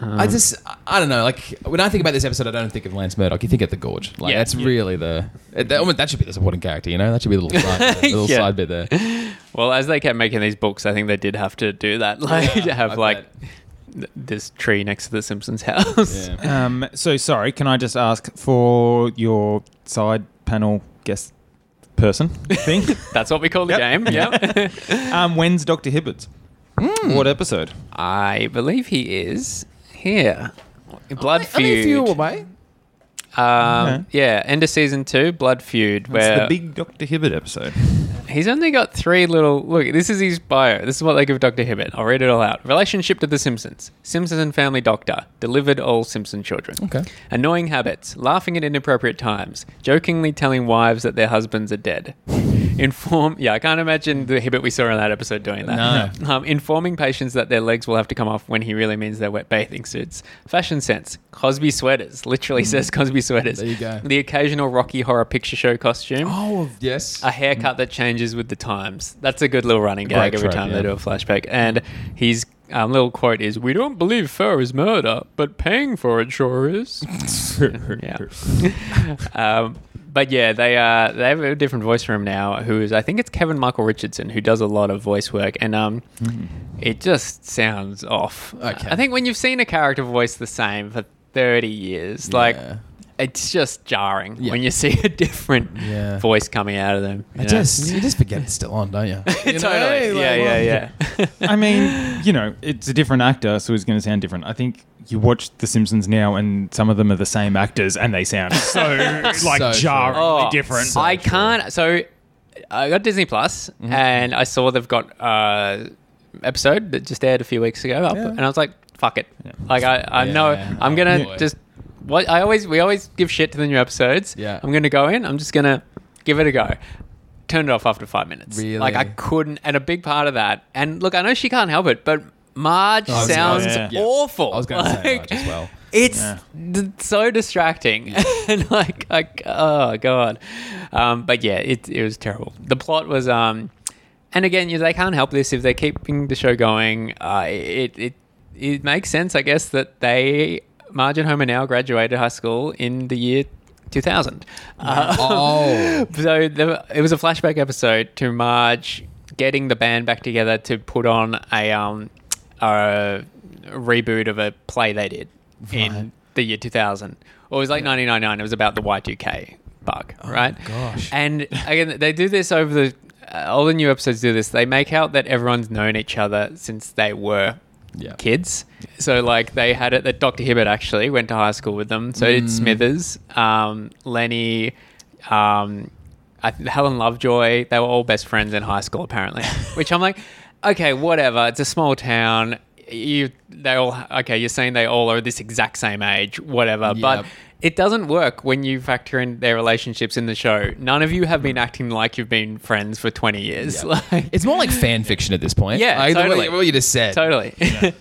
Speaker 2: I just, I- I don't know. Like when I think about this episode, I don't think of Lance Murdoch. You think of the gorge. Like
Speaker 1: Yeah.
Speaker 2: that's
Speaker 1: Yeah.
Speaker 2: really the it- that, almost- that should be the supporting character. You know, that should be the little side, the little
Speaker 1: Yeah.
Speaker 2: side bit there.
Speaker 1: Well, as they kept making these books, I think they did have to do that, like
Speaker 2: Yeah,
Speaker 1: to have
Speaker 2: I
Speaker 1: like
Speaker 2: bet.
Speaker 1: th- this tree next to the Simpsons house.
Speaker 2: Yeah.
Speaker 3: Um, so sorry, can I just ask for your side panel guest person thing?
Speaker 1: That's what we call the
Speaker 3: Yep.
Speaker 1: game. Yeah.
Speaker 3: um, when's Doctor Hibbert? What episode?
Speaker 1: I believe he is here. Blood
Speaker 2: I mean, if
Speaker 1: feud.
Speaker 2: you were away.
Speaker 1: Um,
Speaker 3: Okay.
Speaker 1: yeah, end of season two, blood feud.
Speaker 3: It's
Speaker 1: Where
Speaker 3: the big Doctor Hibbert episode.
Speaker 1: He's only got three little. Look, this is his bio. This is what they give Dr. Hibbert. I'll read it all out. Relationship to The Simpsons. Simpsons and Family Doctor. Delivered all Simpson children.
Speaker 2: Okay.
Speaker 1: Annoying habits. Laughing at inappropriate times. Jokingly telling wives that their husbands are dead. Inform. Yeah, I can't imagine the Hibbert we saw in that episode doing that. No. Um, informing patients that their legs will have to come off when he really means their wet bathing suits. Fashion sense. Cosby sweaters. Literally says Cosby sweaters.
Speaker 2: Hmm. There you go.
Speaker 1: The occasional Rocky Horror Picture Show costume
Speaker 2: Oh yes.
Speaker 1: a haircut that changes with the times. That's a good little running gag
Speaker 2: Great
Speaker 1: every
Speaker 2: trope,
Speaker 1: time
Speaker 2: yeah.
Speaker 1: they do a flashback. And his um, little quote is, "We don't believe fur is murder, but paying for it sure is." yeah. um, but yeah, they uh, they have a different voice for him now. Who is I think it's Kevin Michael Richardson who does a lot of voice work, and um,
Speaker 3: Hmm.
Speaker 1: it just sounds off.
Speaker 2: Okay.
Speaker 1: I think when you've seen a character voice the same for thirty years, like.
Speaker 2: Yeah.
Speaker 1: It's just jarring
Speaker 2: Yeah.
Speaker 1: when you see a different
Speaker 2: Yeah.
Speaker 1: voice coming out of them.
Speaker 2: I
Speaker 1: you know?
Speaker 2: just you just forget it's still on, don't you? You know,
Speaker 1: totally.
Speaker 2: like,
Speaker 1: yeah,
Speaker 2: well,
Speaker 1: yeah, yeah,
Speaker 3: I mean, you know, it's a different actor, so it's going to sound different. I think you watch The Simpsons now, and some of them are the same actors, and they sound so like
Speaker 2: true.
Speaker 3: jarringly
Speaker 1: Oh,
Speaker 3: different.
Speaker 1: I can't. So I got Disney Plus
Speaker 2: Mm-hmm.
Speaker 1: and I saw they've got uh, episode that just aired a few weeks ago, up,
Speaker 3: Yeah.
Speaker 1: and I was like, "Fuck it!" Like I, I
Speaker 2: Yeah.
Speaker 1: know I'm gonna
Speaker 2: Oh, boy.
Speaker 1: just. What I always we always give shit to the new episodes.
Speaker 2: Yeah.
Speaker 1: I'm gonna go in. I'm just gonna give it a go. Turned it off after five minutes.
Speaker 2: Really?
Speaker 1: Like I couldn't. And a big part of that. And look, I know she can't help it, but Marge
Speaker 2: Oh, I was- I was-
Speaker 1: sounds
Speaker 2: yeah.
Speaker 1: awful.
Speaker 2: I was going to say
Speaker 1: Like,
Speaker 2: Marge as well.
Speaker 1: It's
Speaker 3: Yeah.
Speaker 1: d- so distracting, and like, like, oh god. Um, but yeah, it it was terrible. The plot was, um, and again, you, they can't help this if they're keeping the show going. Uh, it it it makes sense, I guess, that they Marge and Homer now graduated high school in the year two thousand. Uh,
Speaker 2: Oh.
Speaker 1: so the, it was a flashback episode to Marge getting the band back together to put on a um a reboot of a play they did in the year 2000 or it was like 1999 it was about the y2k bug right
Speaker 2: gosh.
Speaker 1: and again they do this over the uh, all the new episodes do this they make out that everyone's known each other since they were
Speaker 2: Yeah.
Speaker 1: kids. So like they had it that Dr. Hibbert actually went to high school with them. So
Speaker 2: Mm.
Speaker 1: did Smithers, um, Lenny, um, I, th- Helen Lovejoy. They were all best friends in high school apparently. Which I'm like, okay, whatever. It's a small town. You, they all okay. You're saying they all are this exact same age, whatever. But
Speaker 2: Yep.
Speaker 1: it doesn't work when you factor in their relationships in the show. None of you have
Speaker 2: Mm.
Speaker 1: been acting like you've been friends for 20 years. Like,
Speaker 2: It's more like fan fiction at this point.
Speaker 1: Yeah,
Speaker 2: Like,
Speaker 1: totally.
Speaker 2: What, what you just said.
Speaker 1: totally.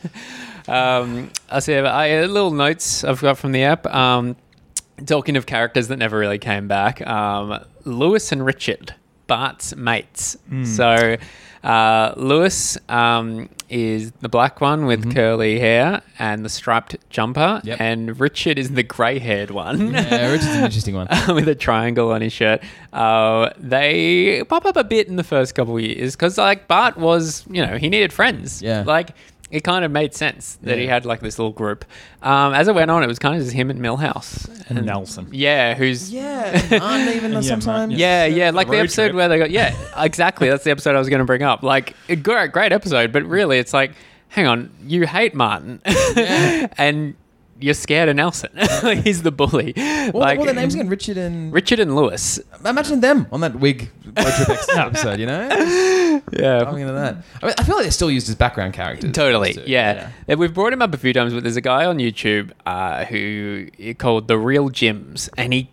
Speaker 1: um, I see. I, uh, little notes I've got from the app. Um, talking of characters that never really came back, um, Lewis and Richard, Bart's mates. So uh, Lewis um, is the black one with curly hair and the striped jumper,
Speaker 2: Yep.
Speaker 1: and Richard is the grey-haired one.
Speaker 2: Yeah, which is an interesting one.
Speaker 1: with a triangle on his shirt. Uh, they pop up a bit in the first couple of years because, like, Bart was, you know, he needed friends.
Speaker 2: Yeah.
Speaker 1: Like, it kind of made sense that he
Speaker 2: Yeah.
Speaker 1: had, like, this little group. Um, as it went on, it was kind of just him and Millhouse.
Speaker 3: And Nelson.
Speaker 1: Yeah, who's.
Speaker 2: Yeah, aren't even
Speaker 3: Yeah, sometimes. man,
Speaker 1: Yeah, yeah, like the
Speaker 3: road
Speaker 1: episode
Speaker 3: trip.
Speaker 1: where they got yeah, exactly. That's the episode I was going to bring up. Like, a great, great episode, but really, it's like, hang on, you hate Martin, and you're scared of Nelson. He's the bully.
Speaker 2: What, what were their
Speaker 1: mm.
Speaker 2: names again? Richard and
Speaker 1: Richard and Lewis.
Speaker 2: Imagine them on that wig road trip ex- episode. You know,
Speaker 1: Yeah,
Speaker 2: diving into that. I, mean, I feel like they're still used as background characters.
Speaker 1: Totally,
Speaker 2: those two.
Speaker 1: yeah. Uh, We've brought him up a few times, but there's a guy on YouTube uh, who called the Real Gyms, and he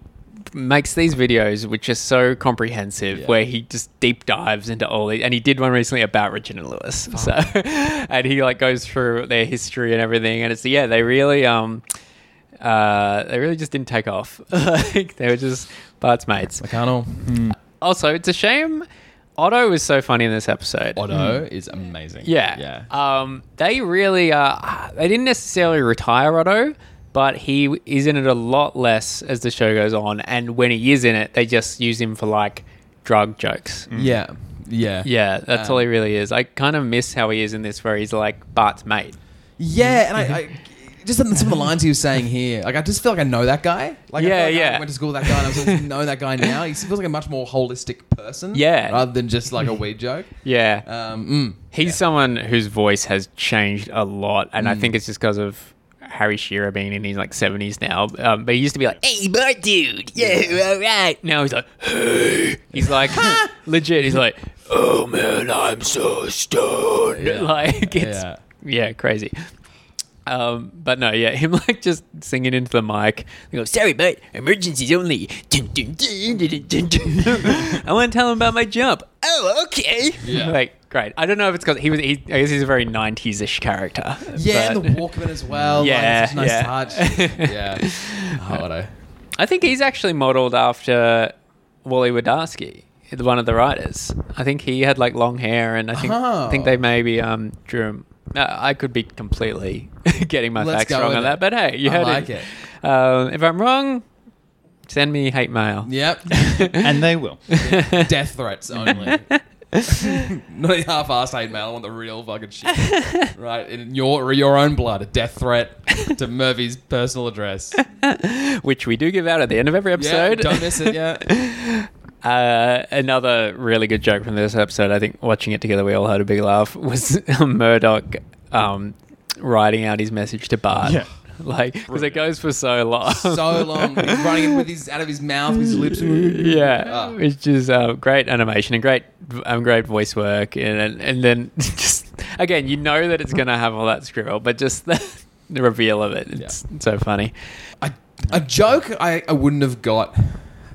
Speaker 1: makes these videos which are so comprehensive,
Speaker 2: Yeah.
Speaker 1: where he just deep dives into all these. And he did one recently about Richard and Lewis, so and he like goes through their history and everything, and it's yeah, they really um. Uh, they really just didn't take off. like they were just Bart's mates.
Speaker 2: McConnell,
Speaker 1: Mm. Also, it's a shame. Otto was so funny in this episode.
Speaker 2: Otto is amazing.
Speaker 1: Yeah.
Speaker 2: yeah.
Speaker 1: Um, they really, uh, they didn't necessarily retire Otto, but he is in it a lot less as the show goes on. And when he is in it, they just use him for like drug jokes.
Speaker 2: yeah, yeah,
Speaker 1: Yeah, that's
Speaker 2: Mm. Um,
Speaker 1: all he really is. I kind of miss how he is in this, where he's like Bart's mate.
Speaker 2: Yeah, and I, I just some of the lines he was saying here, like I just feel like I know that guy. Like, I
Speaker 1: Yeah,
Speaker 2: feel like
Speaker 1: yeah.
Speaker 2: I went to school with that guy, and I sort of know that guy now. He feels like a much more holistic person.
Speaker 1: Yeah.
Speaker 2: rather than just like a weed joke.
Speaker 1: Yeah.
Speaker 2: Um, mm.
Speaker 1: He's someone whose voice has changed a lot, and I think it's just because of Harry Shearer being in his like seventies now. Um, but he used to be like, "Hey, Bart, dude, yeah, all right." Now he's like, "Hey," he's like legit. He's like, "Oh man, I'm so stoned."
Speaker 2: Yeah.
Speaker 1: Like it's yeah,
Speaker 2: Yeah.
Speaker 1: crazy. Um, but no, yeah, him like just singing into the mic. He goes, "Sorry, but emergencies only." Dun, dun, dun, dun, dun, dun, dun. I want to tell him about my jump. Oh, okay.
Speaker 2: Yeah.
Speaker 1: Like great. I don't know if it's because he was. He, I guess he's a very '90s ish character.
Speaker 2: Yeah,
Speaker 1: but-
Speaker 2: and the Walkman as well.
Speaker 1: Yeah,
Speaker 2: Yeah, like,
Speaker 1: yeah.
Speaker 2: such a nice touch. yeah, oh, Otto.
Speaker 1: I think he's actually modelled after Wally Wadarsky, the one of the writers. I think he had like long hair, and I think I think
Speaker 2: Oh.
Speaker 1: they maybe um drew him. Uh, I could be completely getting my
Speaker 2: Let's
Speaker 1: facts
Speaker 2: go
Speaker 1: wrong
Speaker 2: with
Speaker 1: on that,
Speaker 2: it.
Speaker 1: but hey, you
Speaker 2: I
Speaker 1: heard
Speaker 2: like
Speaker 1: it. Um, if I'm wrong, send me hate mail.
Speaker 2: Yep,
Speaker 3: And they will.
Speaker 2: death threats only. Not a half-assed hate mail. I want the real fucking shit. right in your your own blood. A death threat to Murphy's personal address.
Speaker 1: Which we do give out at the end of every
Speaker 2: Yeah,
Speaker 1: episode.
Speaker 2: don't miss it. Yeah.
Speaker 1: Uh, another really good joke from this episode. I think watching it together, we all had a big laugh. Was Murdoch um, writing out his message to Bart?
Speaker 3: Yeah.
Speaker 1: like because it goes for so long.
Speaker 2: so long. He's running it with his out of his mouth, his lips.
Speaker 1: yeah,
Speaker 2: Ah.
Speaker 1: which is uh, great animation and great, um, great voice work, and and, and then just again, you know that it's gonna have all that scribble, but just the, the reveal of it, it's so funny.
Speaker 2: A, a joke I, I wouldn't have got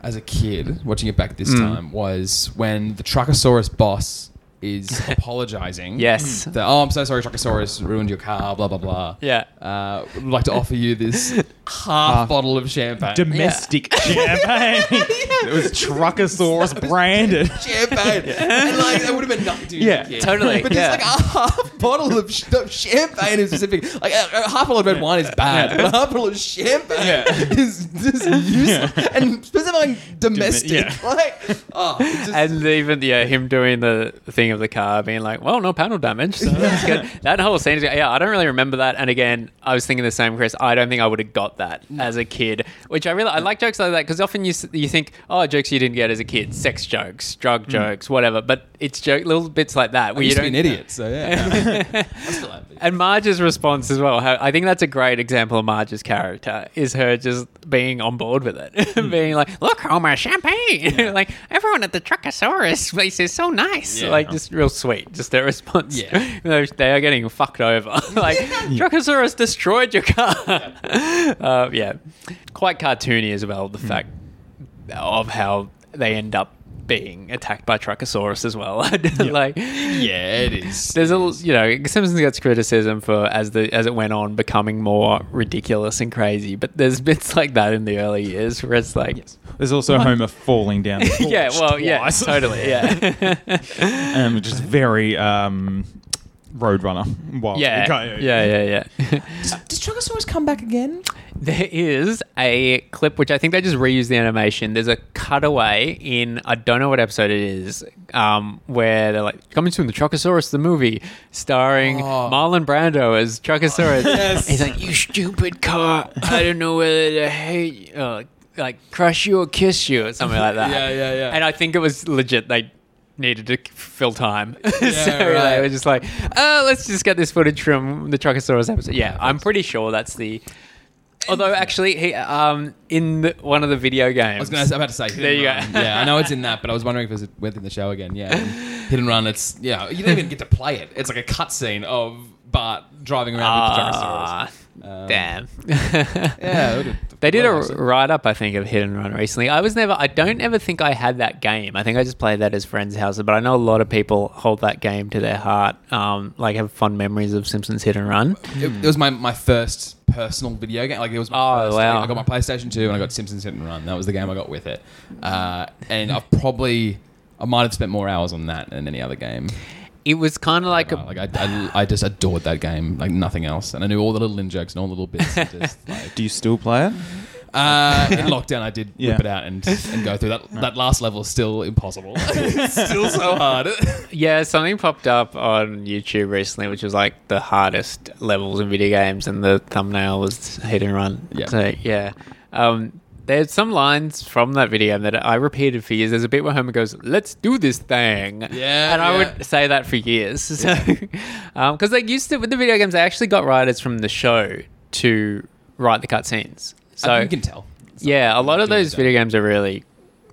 Speaker 2: as a kid watching it back
Speaker 1: Mm.
Speaker 2: this time was when the Truckosaurus boss is apologizing.
Speaker 1: Yes.
Speaker 2: That, oh, I'm so sorry, Truckosaurus ruined your car. Blah blah blah.
Speaker 1: Yeah.
Speaker 2: Uh, would like to offer you this half, bottle of champagne.
Speaker 3: Domestic champagne. it was Truckosaurus branded.
Speaker 2: champagne. And like that would have been nothing to you.
Speaker 3: Yeah,
Speaker 2: kid.
Speaker 1: totally,
Speaker 2: But just
Speaker 1: yeah.
Speaker 2: like a half bottle of, sh- of champagne in specific, like a, a half bottle of red wine is bad, but a half bottle of champagne
Speaker 3: Yeah.
Speaker 2: is just useless. And specifying domestic,
Speaker 3: yeah.
Speaker 2: like oh, it just,
Speaker 1: And even yeah, him doing the thing of the car, being like, "Well, no panel damage." So that's good. That whole scene, is- yeah, I don't really remember that. And again, I was thinking the same, Chris. I don't think I would have got that as a kid. Which I really I like jokes like that because often you s- you think, "Oh, jokes you didn't get as a kid, sex jokes, drug jokes, whatever." But it's joke little bits like that where
Speaker 2: you
Speaker 1: you
Speaker 2: Mm. used to
Speaker 1: don't
Speaker 2: be an idiot. So yeah, I still am, but
Speaker 1: And Marge's response as well. Her, I think that's a great example of Marge's character is her just being on board with it, being like, "Look, Homer, champagne!" like everyone at the Truckosaurus place is so nice. Like just real sweet. Just their response.
Speaker 2: Yeah.
Speaker 1: You know, they are getting fucked over. like Truckosaurus destroyed your car. Yeah. uh, yeah, quite cartoony as well. The fact of how they end up being attacked by Truckosaurus as well. like
Speaker 2: yeah, it is.
Speaker 1: there's a l- you know Simpsons gets criticism for as the as it went on becoming more ridiculous and crazy, but there's bits like that in the early years where it's like,
Speaker 3: There's also Homer falling down. the
Speaker 1: yeah,
Speaker 3: porch
Speaker 1: well, yeah,
Speaker 3: twice.
Speaker 1: totally, yeah,
Speaker 3: um, just very um, Roadrunner. Wow.
Speaker 1: yeah, yeah, yeah, yeah.
Speaker 2: Does Truckosaurus come back again?
Speaker 1: There is a clip which I think they just reused the animation. There's a cutaway in I don't know what episode it is, um, where they're like coming soon, the Truckosaurus, the movie, starring
Speaker 2: Oh.
Speaker 1: Marlon Brando as Truckosaurus.
Speaker 2: Yes.
Speaker 1: He's like, you stupid car. I don't know whether to hate you, or, like crush you or kiss you or something like that.
Speaker 2: Yeah, yeah, yeah.
Speaker 1: And I think it was legit. They needed to fill time, so
Speaker 2: right.
Speaker 1: they were just like, oh, let's just get this footage from the Truckosaurus episode. Yeah, I'm pretty sure that's the. Although actually, he um in the, one of the video games.
Speaker 2: I was gonna, about to say. Hit
Speaker 1: There
Speaker 2: and
Speaker 1: you go.
Speaker 2: Run. yeah, I know it's in that, but I was wondering if it was within the show again. Yeah, hit and run. It's yeah, you don't even get to play it. It's like a cutscene of Bart driving around
Speaker 1: Ah,
Speaker 2: with the Truckosaurus. Um,
Speaker 1: damn.
Speaker 2: Yeah, it would've-
Speaker 1: They did a
Speaker 2: would've-
Speaker 1: write up, I think, of Hit and Run recently. I was never, I don't ever think I had that game. I think I just played that as friends' houses, but I know a lot of people hold that game to their heart, um, like have fond memories of Simpsons Hit and Run.
Speaker 2: It, it was my, my first personal video game. Like it was my
Speaker 1: Oh,
Speaker 2: first.
Speaker 1: wow.
Speaker 2: I got my PlayStation Two and I got Simpsons Hit and Run. That was the game I got with it. Uh, and I've probably I might have spent more hours on that than any other game.
Speaker 1: It was kind of like a
Speaker 2: Uh, like I, I, I just adored that game like nothing else, and I knew all the little in jokes and all the little bits. and Just like,
Speaker 3: Do you still play it?
Speaker 2: uh, in lockdown, I did
Speaker 3: Yeah.
Speaker 2: whip it out and and go through that. That last level is still impossible. it's still so hard.
Speaker 1: Yeah, something popped up on YouTube recently, which was like the hardest levels in video games, and the thumbnail was hit and run.
Speaker 2: Yeah.
Speaker 1: So yeah, um, there's some lines from that video game that I repeated for years. There's a bit where Homer goes, "Let's do this thing,"
Speaker 2: Yeah,
Speaker 1: and I
Speaker 2: yeah.
Speaker 1: would say that for years. So, because they used to with the video games, they actually got writers from the show to write the cutscenes. So
Speaker 2: you can tell.
Speaker 1: yeah, a lot of
Speaker 2: doing
Speaker 1: those
Speaker 2: that.
Speaker 1: video games are really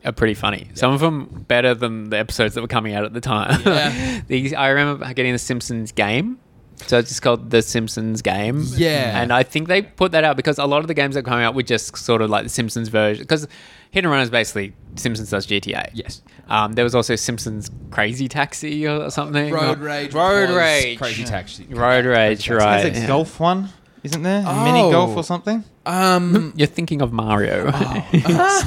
Speaker 1: are pretty funny. Some of them better than the episodes that were coming out at the time.
Speaker 2: Yeah.
Speaker 1: These I remember getting the Simpsons game. So it's just called the Simpsons game.
Speaker 2: Yeah.
Speaker 1: And I think they put that out because a lot of the games that were coming out were just sort of like the Simpsons version because Hit and Run is basically Simpsons does GTA.
Speaker 2: Yes.
Speaker 1: Um, there was also Simpsons Crazy Taxi or something.
Speaker 2: Road
Speaker 1: Or-
Speaker 2: rage.
Speaker 1: Road
Speaker 2: was
Speaker 1: rage.
Speaker 2: Crazy taxi.
Speaker 1: Road rage,
Speaker 3: There's
Speaker 1: right.
Speaker 3: a
Speaker 1: yeah.
Speaker 3: golf one, isn't there? A Mini golf
Speaker 2: Oh.
Speaker 3: or something?
Speaker 2: Um,
Speaker 1: You're thinking of Mario.
Speaker 2: Oh,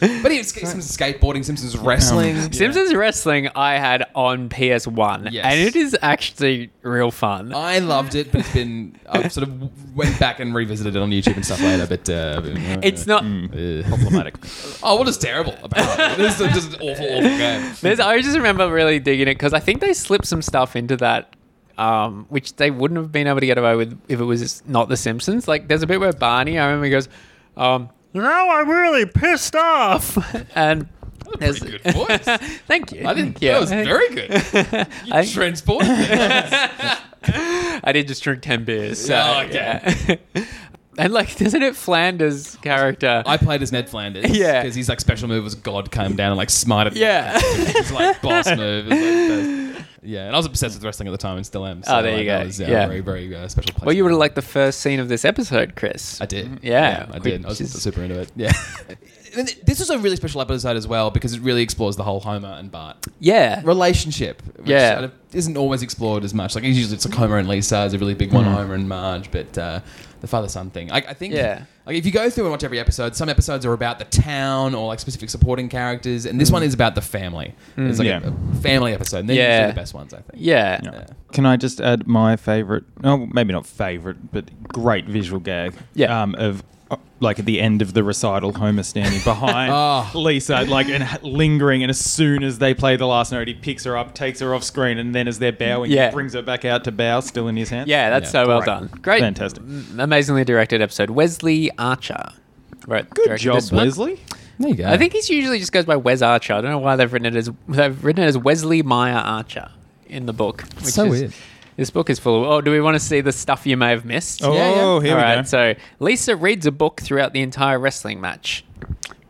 Speaker 2: but it's Simpsons skateboarding, Simpsons wrestling.
Speaker 1: Simpsons Wrestling I had on PS1,
Speaker 2: Yes.
Speaker 1: and it is actually real fun.
Speaker 2: I loved it, but it's been I've sort of went back and revisited it on YouTube and stuff later. But uh,
Speaker 1: it's not.
Speaker 2: uh,
Speaker 3: Problematic.
Speaker 2: oh, what is terrible about it? This is just an awful, awful game.
Speaker 1: There's, I just remember really digging it because I think they slipped some stuff into that, um, which they wouldn't have been able to get away with if it was not The Simpsons. Like, there's a bit where Barney, I remember, he goes, um, "Now I'm really pissed off," and there's
Speaker 2: Pretty good voice.
Speaker 1: thank you.
Speaker 2: I didn't.
Speaker 1: thank you.
Speaker 2: That was very good. You
Speaker 1: I-
Speaker 2: transported. me.
Speaker 1: I did just drink ten beers. So,
Speaker 2: Oh, okay.
Speaker 1: yeah. and like, doesn't it Flanders character?
Speaker 2: I played as Ned Flanders.
Speaker 1: Yeah.
Speaker 2: because his like special move was God came down and like smited.
Speaker 1: yeah.
Speaker 2: it's like boss move. It was, like, the- yeah, and I was obsessed with wrestling at the time and still am. So,
Speaker 1: Oh, there you
Speaker 2: like,
Speaker 1: go.
Speaker 2: That was, uh,
Speaker 1: Yeah.
Speaker 2: very, very uh, special. Place
Speaker 1: Well, you
Speaker 2: in
Speaker 1: would
Speaker 2: my
Speaker 1: have
Speaker 2: life.
Speaker 1: liked the first scene of this episode, Chris.
Speaker 2: I did.
Speaker 1: Yeah,
Speaker 2: I
Speaker 1: which
Speaker 2: did. I was
Speaker 1: is-
Speaker 2: super into it. Yeah. And th- this is a really special episode as well because it really explores the whole Homer and Bart
Speaker 1: Yeah.
Speaker 2: relationship, which
Speaker 1: Yeah.
Speaker 2: sort of isn't always explored as much. Like usually it's like Homer and Lisa is a really big one,
Speaker 1: Hmm.
Speaker 2: Homer and Marge, but uh, the father son thing. I, I think
Speaker 1: Yeah.
Speaker 2: like if you go through and watch every episode, some episodes are about the town or like specific supporting characters, and this
Speaker 1: Hmm.
Speaker 2: one is about the family. It's like
Speaker 3: Yeah.
Speaker 2: a, a family episode. And they're
Speaker 1: Yeah.
Speaker 2: usually the best ones, I think.
Speaker 1: Yeah.
Speaker 3: Yeah. Can I just add my favorite? Oh, maybe not favorite, but great visual gag.
Speaker 1: Yeah.
Speaker 3: Um, of uh, like at the end of the recital, Homer standing behind
Speaker 1: Ah.
Speaker 2: Oh.
Speaker 3: Lisa, like and h- lingering, and as soon as they play the last note, he picks her up, takes her off screen, and then as they're bowing,
Speaker 1: Yeah.
Speaker 3: he brings her back out to bow, still in his hand.
Speaker 1: Yeah, that's
Speaker 2: Yeah.
Speaker 1: so well
Speaker 3: Great.
Speaker 1: done. Great.
Speaker 3: Fantastic.
Speaker 1: m- Amazingly directed episode. Wesley Archer. Right.
Speaker 3: Good job, Wesley.
Speaker 2: There you go.
Speaker 1: I think he's usually just goes by Wes Archer. I don't know why they've written it as they've written it as Wesley Meyer Archer in the book. Which
Speaker 2: so
Speaker 1: is-
Speaker 2: weird.
Speaker 1: This book is full of. Oh, do we want to see the stuff you may have missed?
Speaker 3: Oh,
Speaker 2: Yeah, yeah.
Speaker 3: here we
Speaker 1: All right,
Speaker 3: go.
Speaker 1: so Lisa reads a book throughout the entire wrestling match.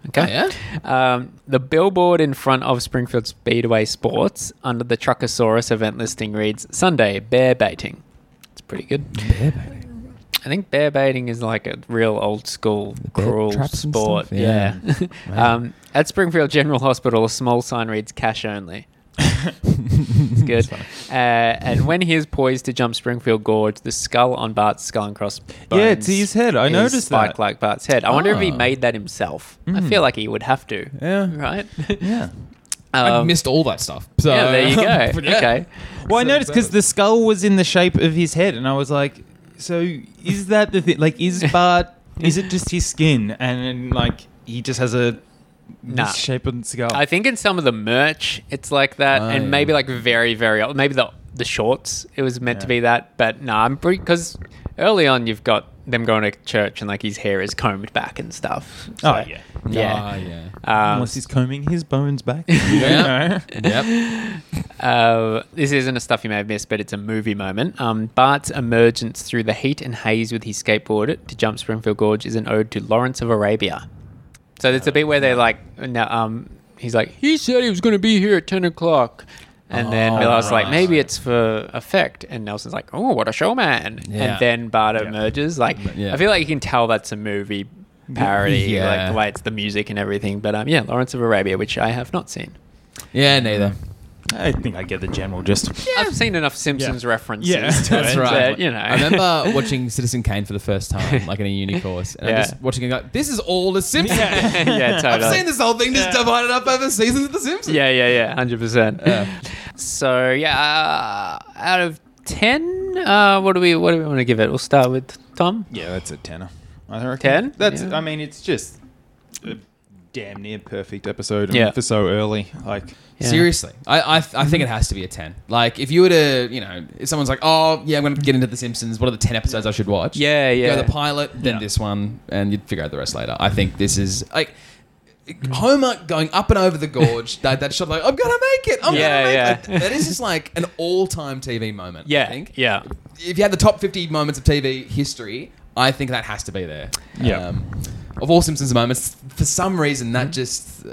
Speaker 1: Okay.
Speaker 2: Oh,
Speaker 1: Um, the billboard in front of Springfield Speedway Sports under the Truckosaurus event listing reads Sunday bear baiting. It's pretty good.
Speaker 2: Bear baiting.
Speaker 1: I think bear baiting is like a real old school
Speaker 2: bear
Speaker 1: cruel
Speaker 2: traps and
Speaker 1: sport.
Speaker 2: stuff?
Speaker 1: Yeah.
Speaker 2: Yeah.
Speaker 1: um, at Springfield General Hospital, a small sign reads cash only. it's good. Uh, and when he is poised to jump Springfield Gorge, the skull on Bart's skull and cross.
Speaker 3: Yeah, it's his head. I noticed that. Hmm.
Speaker 1: Spike like Bart's head. I wonder if he
Speaker 2: Ah.
Speaker 1: made that himself. I feel like he would have to.
Speaker 3: Yeah.
Speaker 1: Right?
Speaker 3: Yeah.
Speaker 2: I
Speaker 1: Um,
Speaker 2: missed all that stuff. So.
Speaker 1: yeah, there you go.
Speaker 2: Yeah.
Speaker 1: Okay.
Speaker 3: Well, I
Speaker 2: So
Speaker 3: noticed because
Speaker 2: better.
Speaker 3: the skull was in the shape of his head, and I was like, so is that the thing? Like, is Bart, is it just his skin? And, then like, he just has a
Speaker 1: Nah.
Speaker 3: misshapen skull.
Speaker 1: I think in some of the merch, it's like that,
Speaker 2: Oh,
Speaker 1: and
Speaker 2: yeah.
Speaker 1: maybe like very, very old. Maybe the the shorts, it was meant to
Speaker 3: Yeah.
Speaker 1: be that, but no, nah, I'm pretty because early on you've got them going to church and like his hair is combed back and stuff.
Speaker 3: oh,
Speaker 1: So,
Speaker 3: yeah.
Speaker 1: yeah.
Speaker 2: Ah, yeah.
Speaker 1: Um,
Speaker 3: Unless he's combing his bones back. You don't
Speaker 2: Yeah.
Speaker 3: know.
Speaker 2: Yep.
Speaker 1: Uh, this isn't a stuff you may have missed, but it's a movie moment. Um, Bart's emergence through the heat and haze with his skateboard to jump Springfield Gorge is an ode to Lawrence of Arabia. So there's a bit where they're like, no, um, he's like, he said he was going to be here at 10 o'clock. And then
Speaker 2: Oh,
Speaker 1: Millar's like,
Speaker 2: right.
Speaker 1: maybe it's for effect. And Nelson's like, oh, what a showman.
Speaker 2: Yeah.
Speaker 1: And then Bart
Speaker 3: Yeah.
Speaker 1: emerges. Like,
Speaker 2: Yeah.
Speaker 1: I feel like you can tell that's a movie parody, like
Speaker 2: Yeah.
Speaker 1: the way it's the music and everything. But um, yeah, Lawrence of Arabia, which I have not seen.
Speaker 2: Yeah, neither.
Speaker 3: I think I get the general gist.
Speaker 1: I've seen enough Simpsons
Speaker 3: Yeah.
Speaker 1: references.
Speaker 3: Yeah,
Speaker 1: to
Speaker 3: that's
Speaker 1: it
Speaker 2: right.
Speaker 1: that, you know,
Speaker 2: I remember watching Citizen Kane for the first time, like in a uni course, and
Speaker 1: Yeah.
Speaker 2: I'm just watching it like, this is all The Simpsons.
Speaker 3: Yeah.
Speaker 1: yeah, totally.
Speaker 2: I've seen this whole thing just divided up over seasons of The Simpsons.
Speaker 1: Yeah, yeah, yeah, hundred percent.
Speaker 2: Yeah.
Speaker 1: So yeah, uh, out of ten, uh, what do we what do we want to give it? We'll start with Tom.
Speaker 3: Yeah, that's a tenner. I reckon.
Speaker 1: Ten?
Speaker 3: That's.
Speaker 1: Yeah.
Speaker 3: I mean, it's just a damn near perfect episode. and
Speaker 1: Yeah.
Speaker 3: For so early, like.
Speaker 1: Yeah.
Speaker 2: Seriously, I, I I think it has to be a ten. Like if you were to, you know, if someone's like, oh yeah, I'm going to get into The Simpsons. What are the ten episodes I should watch?
Speaker 1: Yeah,
Speaker 2: Go
Speaker 1: yeah.
Speaker 2: the pilot, then
Speaker 3: Yeah.
Speaker 2: this one, and you'd figure out the rest later. I think this is like Homer going up and over the gorge. that that shot, like I'm gonna make it. I'm
Speaker 1: Yeah,
Speaker 2: gonna make
Speaker 1: yeah.
Speaker 2: it. Like, that is just like an all-time TV moment. I
Speaker 1: Yeah,
Speaker 2: think.
Speaker 1: yeah.
Speaker 2: If you had the top 50 moments of TV history, I think that has to be there. Um,
Speaker 3: Yeah.
Speaker 2: of all Simpsons moments, for some reason that just uh,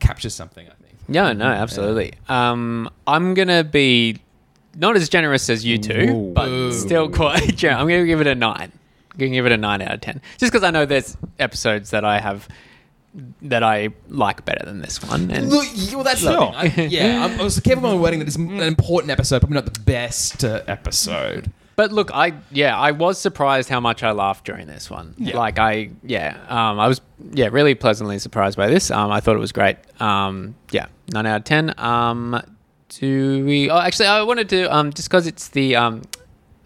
Speaker 2: captures something. I think.
Speaker 1: Yeah, no, absolutely. Um, I'm gonna be not as generous as you two,
Speaker 3: Ooh.
Speaker 1: but
Speaker 2: Ooh.
Speaker 1: still quite. gen- I'm gonna give it a nine. I'm gonna give it a nine out of ten, just because I know there's episodes that I have that I like better than this one. And
Speaker 2: Look, yeah, well, that's the
Speaker 3: Sure.
Speaker 2: thing. I, yeah, I'm, I was careful about my wording that it's an important episode, probably not the best uh, episode.
Speaker 1: But look, I yeah, I was surprised how much I laughed during this one.
Speaker 3: Yeah.
Speaker 1: Like I yeah, um, I was yeah really pleasantly surprised by this. Um, I thought it was great. Um, yeah, nine out of ten. Um, do we? Oh, actually, I wanted to um just because it's the um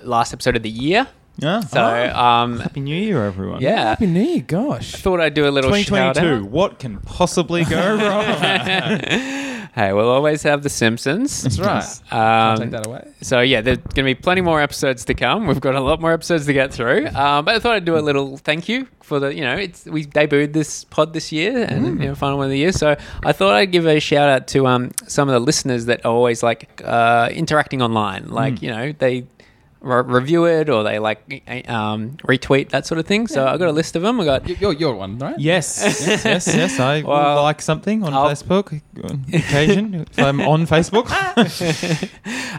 Speaker 1: last episode of the year,
Speaker 3: Yeah.
Speaker 1: so
Speaker 3: Oh.
Speaker 1: um
Speaker 3: Happy New Year, everyone.
Speaker 1: yeah,
Speaker 2: New Year, gosh.
Speaker 1: thought I'd do a little shout
Speaker 3: 2022.
Speaker 1: out.
Speaker 3: What can possibly go wrong?
Speaker 1: Hey, we'll always have the Simpsons.
Speaker 2: That's right.
Speaker 1: Um,
Speaker 2: I'll take that away.
Speaker 1: So yeah, there's going to be plenty more episodes to come. We've got a lot more episodes to get through. Um, but I thought I'd do a little thank you for the you know it's we debuted this pod this year and you know, final one of the year. So I thought I'd give a shout out to um, some of the listeners that are always like uh, interacting online. Like you know they re- review it or they like eh, um, retweet that sort of thing. So I got a list of them. I got
Speaker 2: You- You're, you're one, right?
Speaker 3: yes. Yes, yes, yes. I will
Speaker 1: Well,
Speaker 3: like something on
Speaker 1: I'll-
Speaker 3: Facebook on occasion. if I'm on Facebook.
Speaker 2: Ah.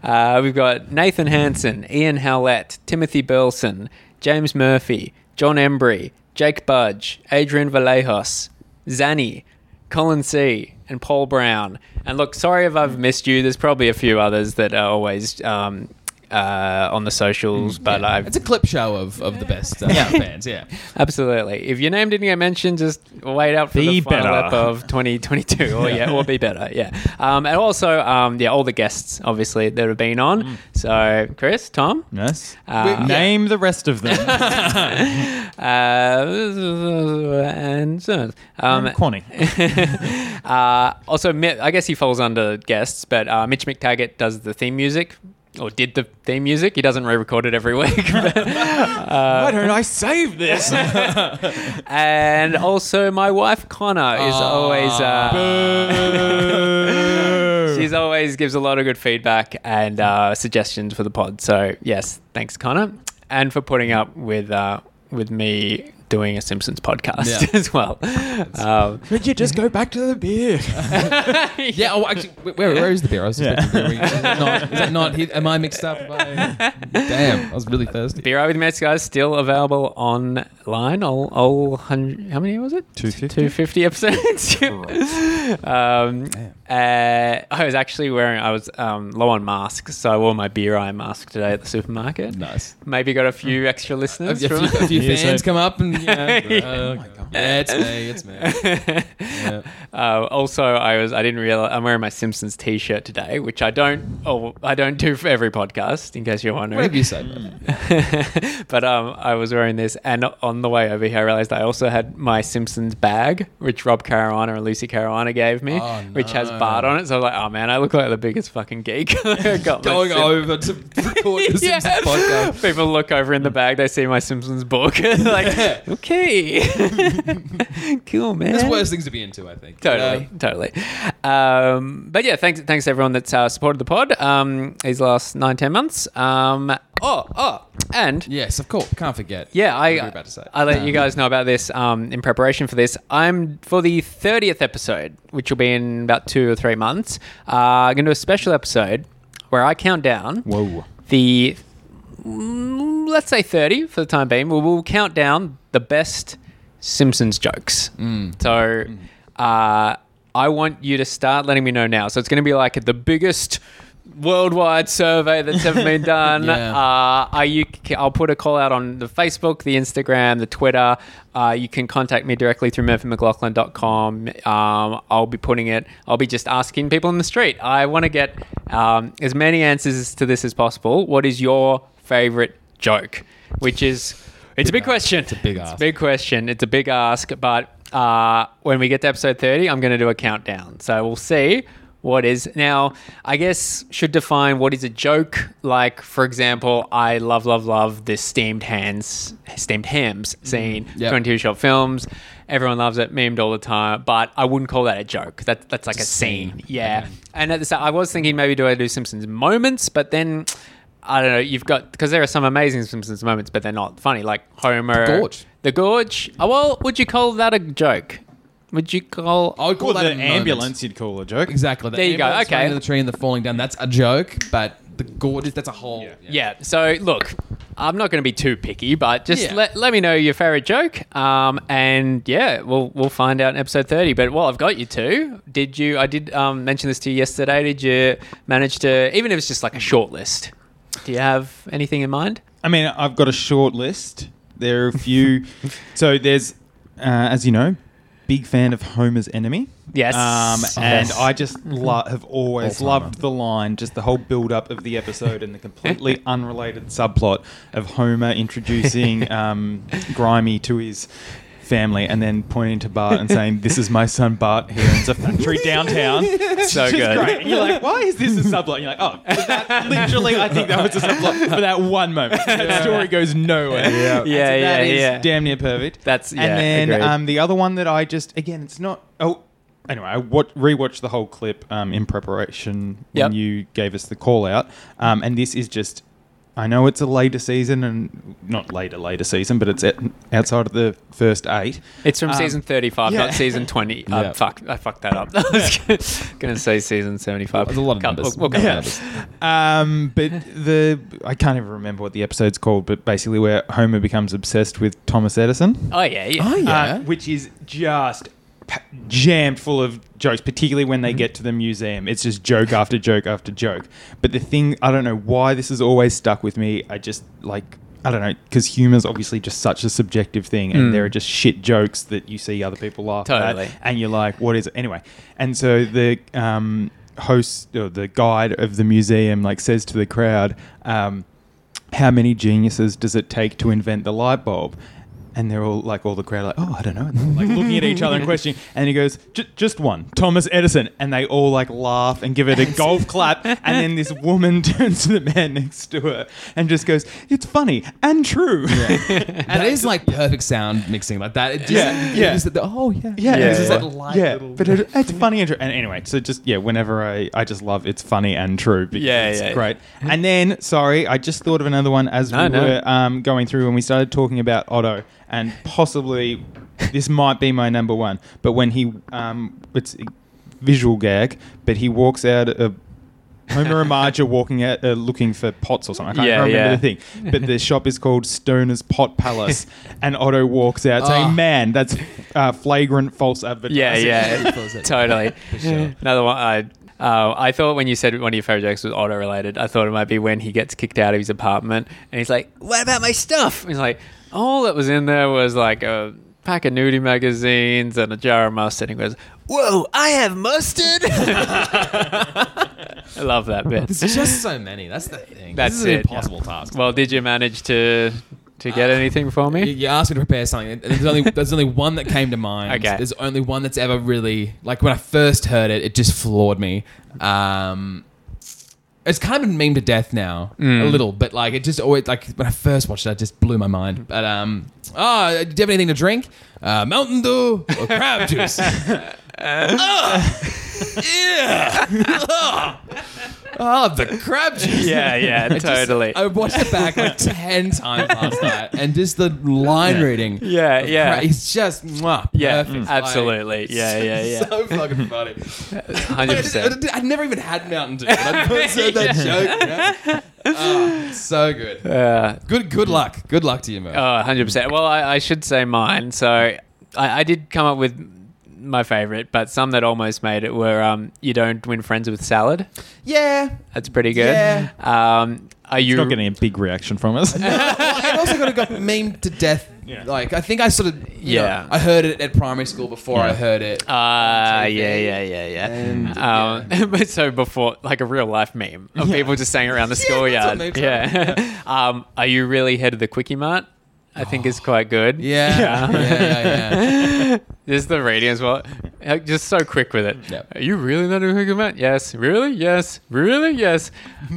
Speaker 1: Uh, we've got Nathan Hansen, Ian Howlett, Timothy Burleson, James Murphy, John Embry, Jake Budge, Adrian Vallejos, Zanny, Colin C., and Paul Brown. And look, sorry if I've missed you. There's probably a few others that are always um, uh, on the socials, but
Speaker 2: Mm, Yeah.
Speaker 1: I've
Speaker 2: It's a clip show of, of the best uh,
Speaker 3: Yeah.
Speaker 2: fans, yeah.
Speaker 1: Absolutely. If your name didn't get mentioned, just wait out for
Speaker 3: Be
Speaker 1: the final
Speaker 3: better.
Speaker 1: lap of 2022, or yeah, or be better, yeah. Um, and also, um, yeah, all the guests obviously that have been on.
Speaker 3: Mm.
Speaker 1: So Chris, Tom,
Speaker 3: Yes.
Speaker 1: uh,
Speaker 3: Name the rest of them.
Speaker 1: uh, and so on.
Speaker 3: Um,
Speaker 1: um,
Speaker 3: Quanny.
Speaker 1: uh, also, Mi- I guess he falls under guests, but uh, Mitch McTaggart does the theme music. Or did the theme music? He doesn't re-record it every week. but-
Speaker 3: Why don't I save this?
Speaker 1: and
Speaker 2: Ah.
Speaker 1: also, my wife Connor is always uh, yes, he always gives a lot of good feedback and uh, suggestions for the pod. So yes, thanks, Connor, and for putting up with uh, with me doing a Simpsons podcast
Speaker 2: Yeah.
Speaker 1: as well. Um,
Speaker 3: Could you just go back to the beer?
Speaker 2: Yeah. Oh, actually, wh- where, where is the beer? I was
Speaker 3: Yeah.
Speaker 2: expecting beer. Is it not, is it not here? Am I mixed up? Am I- Damn, I was really thirsty.
Speaker 1: Beer Eye with Matt's guys still available online. All, all hundred, how many was it?
Speaker 3: 250?
Speaker 1: Two fifty episodes. um, uh, I was actually wearing. I was um, low on masks, so I wore my Beer Eye mask today at the supermarket.
Speaker 2: Nice.
Speaker 1: Maybe got a few extra
Speaker 2: A,
Speaker 1: listeners.
Speaker 2: few-
Speaker 1: from
Speaker 2: a few
Speaker 3: Yeah, so-
Speaker 2: fans come up and you know,
Speaker 1: Yeah.
Speaker 2: uh, yeah, it's me, it's me. Yeah.
Speaker 1: Uh, also, I was I didn't realize I'm wearing my Simpsons T-shirt today, which I don't oh I don't do for every podcast, in case you're wondering.
Speaker 2: Whatever you say. bro.
Speaker 1: but um, I was wearing this, and on the way over here, I realized I also had my Simpsons bag, which Rob Caruana and Lucy Caruana gave me,
Speaker 2: Oh,
Speaker 1: which has
Speaker 2: no.
Speaker 1: Bart on it. So I was like, oh man, I look like the biggest fucking geek. Got my
Speaker 2: Going
Speaker 1: Sim-
Speaker 2: over to record the
Speaker 1: Yeah.
Speaker 2: Simpsons podcast. Mm.
Speaker 1: People look over in the bag, they see my Simpsons book, like, okay, cool man.
Speaker 2: There's worse things to be into, I think.
Speaker 1: Totally, totally. Um, but yeah, thanks, thanks everyone that's uh, supported the pod um, these last nine, ten months. Um, oh, oh, and
Speaker 2: Yes, of course. Can't forget.
Speaker 1: yeah, I
Speaker 2: What were you about to say?
Speaker 1: I let you guys know about this um, in preparation for this. I'm for the thirtieth episode, which will be in about two or three months. Uh, I'm going to do a special episode where I count down
Speaker 3: Whoa.
Speaker 1: the mm, let's say 30 for the time being we'll, we'll count down the best simpsons jokes
Speaker 2: Mm.
Speaker 1: so uh, i want you to start letting me know now so it's going to be like the biggest worldwide survey that's ever been done
Speaker 2: Yeah.
Speaker 1: uh, are you i'll put a call out on the facebook the instagram the twitter uh, you can contact me directly through murphymclaughlin.com um, i'll be putting it i'll be just asking people in the street i want to get um, as many answers to this as possible what is your favorite joke which is it's a big question it's a
Speaker 2: big ask.
Speaker 1: big question it's a big ask but uh, when we get to episode 30 i'm going to do a countdown so we'll see what is now i guess should define what is a joke like for example i love love love this steamed hands steamed hams scene
Speaker 2: Yep.
Speaker 1: from tv shop films everyone loves it memed all the time but i wouldn't call that a joke that, that's like a scene, yeah and at the start i was thinking maybe do i do simpsons moments but then i don't know you've got because there are some amazing simpsons moments but they're not funny like homer
Speaker 2: The Gorge.
Speaker 1: the gorge oh, well would you call that a joke would you call oh,
Speaker 2: I would call
Speaker 3: Well,
Speaker 2: that
Speaker 3: the
Speaker 2: an
Speaker 3: ambulance you'd call a joke.
Speaker 2: Exactly. The
Speaker 1: There you go,
Speaker 2: ambulance
Speaker 1: okay.
Speaker 2: running into the tree and the falling down. That's a joke, but the gorgeous. That's a whole.
Speaker 3: Yeah.
Speaker 1: Yeah. So look, I'm not going to be too picky, but just
Speaker 2: Yeah.
Speaker 1: let, let me know your favorite joke. Um, and yeah, we'll we'll find out in episode 30. But while I've got you two, did you? I did um, mention this to you yesterday. Did you manage to, even if it's just like a short list? Do you have anything in mind?
Speaker 3: I mean, I've got a short list. There are a few. so there's, uh, as you know, big fan of Homer's Enemy.
Speaker 1: Yes.
Speaker 3: Um,
Speaker 1: Yes.
Speaker 3: and I just lo- have always
Speaker 2: All-timer.
Speaker 3: loved the line, just the whole build up of the episode and the completely unrelated subplot of Homer introducing um, Grimy to his family and then pointing to Bart and saying, This is my son Bart. He owns a factory downtown.
Speaker 1: So
Speaker 3: Which is
Speaker 1: good.
Speaker 3: great. And you're like, Why is this a subplot? And you're like, Oh, that, literally, I think that was a subplot for that one moment. That story goes nowhere.
Speaker 2: Yeah.
Speaker 3: And so
Speaker 1: Yeah, yeah,
Speaker 3: that is
Speaker 1: yeah.
Speaker 3: damn near perfect.
Speaker 1: That's- yeah,
Speaker 3: And then
Speaker 1: agreed.
Speaker 3: um, the other one that I just again, it's not. Oh, anyway, I watch, rewatched the whole clip um, in preparation
Speaker 1: Yep.
Speaker 3: when you gave us the call out, um, and this is just. I know it's a later season and not later later season, but it's at, outside of the first eight.
Speaker 1: It's from
Speaker 3: Um,
Speaker 1: season 35,
Speaker 3: yeah.
Speaker 1: not season 20. Uh,
Speaker 2: Yeah.
Speaker 1: fuck, I fucked that up. I was going to say season 75.
Speaker 2: There's a lot of
Speaker 1: Come-
Speaker 2: numbers.
Speaker 1: We'll, we'll
Speaker 2: Yeah.
Speaker 1: yeah.
Speaker 3: Um, but the I can't even remember what the episode's called, but basically where Homer becomes obsessed with Thomas Edison.
Speaker 1: Oh, yeah. yeah.
Speaker 2: Oh, yeah.
Speaker 3: uh, which is just p- jammed full of jokes, particularly when they get to the museum. It's just joke after joke after joke. But the thing, I don't know why this has always stuck with me. I just like. I don't know, because humor's obviously just such a subjective thing, and there are just shit jokes that you see other people laugh
Speaker 1: Totally.
Speaker 3: at, and you're like, "What is it?" Anyway, and so the um, host or the guide of the museum like says to the crowd, um, how many geniuses does it take to invent the light bulb? and they're all like all the crowd are like, oh, I don't know, and they're, like looking at each other and questioning. And he goes, "Ju- just one, Thomas Edison, and they all like laugh and give it a golf clap. And then this woman turns to the man next to her and just goes, it's funny and true.
Speaker 2: that is like perfect sound mixing like that. It just,
Speaker 3: Yeah,
Speaker 2: it
Speaker 3: yeah.
Speaker 2: just- the- oh yeah,
Speaker 3: Yeah,
Speaker 2: It's
Speaker 3: yeah,
Speaker 2: just
Speaker 3: yeah.
Speaker 2: that light
Speaker 3: yeah,
Speaker 2: little.
Speaker 3: but it, it's funny and true. And anyway, so just yeah, whenever I, I just love it's funny and true. Because
Speaker 1: Yeah,
Speaker 3: it's
Speaker 1: yeah.
Speaker 3: great. And then sorry, I just thought of another one as
Speaker 1: No,
Speaker 3: we
Speaker 1: no.
Speaker 3: were um, going through when we started talking about Otto and possibly this might be my number one. But when he um, it's a visual gag, but he walks out of Homer and Marge are walking out uh, looking for pots or something. I can't
Speaker 1: Yeah,
Speaker 3: remember
Speaker 1: yeah.
Speaker 3: the thing. But the shop is called Stoner's Pot Palace. and Otto walks out
Speaker 2: Ah.
Speaker 3: saying, Man, that's uh, flagrant false advertising.
Speaker 1: Oh. Yeah, yeah,
Speaker 2: Close it.
Speaker 1: totally.
Speaker 2: sure.
Speaker 1: Another one. I, uh, I thought when you said one of your favorite jokes was auto related, I thought it might be when he gets kicked out of his apartment and he's like, "What about my stuff?" And he's like, "All that was in there was like a pack of nudie magazines and a jar of mustard." And he goes, "Whoa, I have mustard!" I love that bit.
Speaker 2: There's just so many. That's the thing.
Speaker 1: That's
Speaker 2: this is an
Speaker 1: it.
Speaker 2: impossible task.
Speaker 1: Well, did you manage to to get anything for
Speaker 2: You-
Speaker 1: me?
Speaker 2: You asked me to prepare something, and there's only there's only one that came to mind.
Speaker 1: Okay.
Speaker 2: There's only one that's ever really like when I first heard it, it just floored me. Um, it's kind of been meme to death now,
Speaker 1: Mm.
Speaker 2: a little, but like it just always like when I first watched it, it just blew my mind. But um, ah, do you have anything to drink? Uh, Mountain Dew or crab juice?
Speaker 1: Uh.
Speaker 2: Ugh. yeah. Ugh. Oh, the crab juice.
Speaker 1: Yeah, yeah,
Speaker 2: I just-
Speaker 1: totally.
Speaker 2: I watched it back like ten times last night, and just the line reading.
Speaker 1: Yeah,
Speaker 2: of
Speaker 1: yeah.
Speaker 2: Cra- it's just mwah,
Speaker 1: Yeah, mm.
Speaker 2: perfect.
Speaker 1: absolutely. Yeah, yeah, yeah.
Speaker 2: So fucking funny.
Speaker 1: Hundred percent.
Speaker 2: I'd never even had Mountain Dew. but I first heard that joke. you know? Ah, so good.
Speaker 1: Uh,
Speaker 2: Good. Good luck. Good luck to you, man.
Speaker 1: Oh, 100%. Well, I, I should say mine. So I, I did come up with my favorite, but some that almost made it were um, You Don't Win Friends with Salad.
Speaker 2: yeah.
Speaker 1: That's pretty good.
Speaker 2: Yeah.
Speaker 1: Um, are you.
Speaker 3: It's not getting a big reaction from us.
Speaker 2: I've also got to go meme to death.
Speaker 3: Yeah.
Speaker 2: Like I think I sort of you
Speaker 1: Yeah.
Speaker 2: know, I heard it at primary school before I heard it.
Speaker 1: Ah,
Speaker 2: on TV.
Speaker 1: yeah, yeah, yeah, yeah.
Speaker 2: And,
Speaker 1: um, but so before, like a real life meme of people just saying around the
Speaker 2: Yeah,
Speaker 1: schoolyard.
Speaker 2: that's what
Speaker 1: yeah. um, are you really head of the quickie mart? I think is quite good.
Speaker 2: Yeah. Yeah. Yeah. yeah,
Speaker 1: Just the rating as well. Like, Just so quick with it.
Speaker 2: Yep.
Speaker 1: Are you really not a hooker man? Yes. Really? Yes. Really? Yes.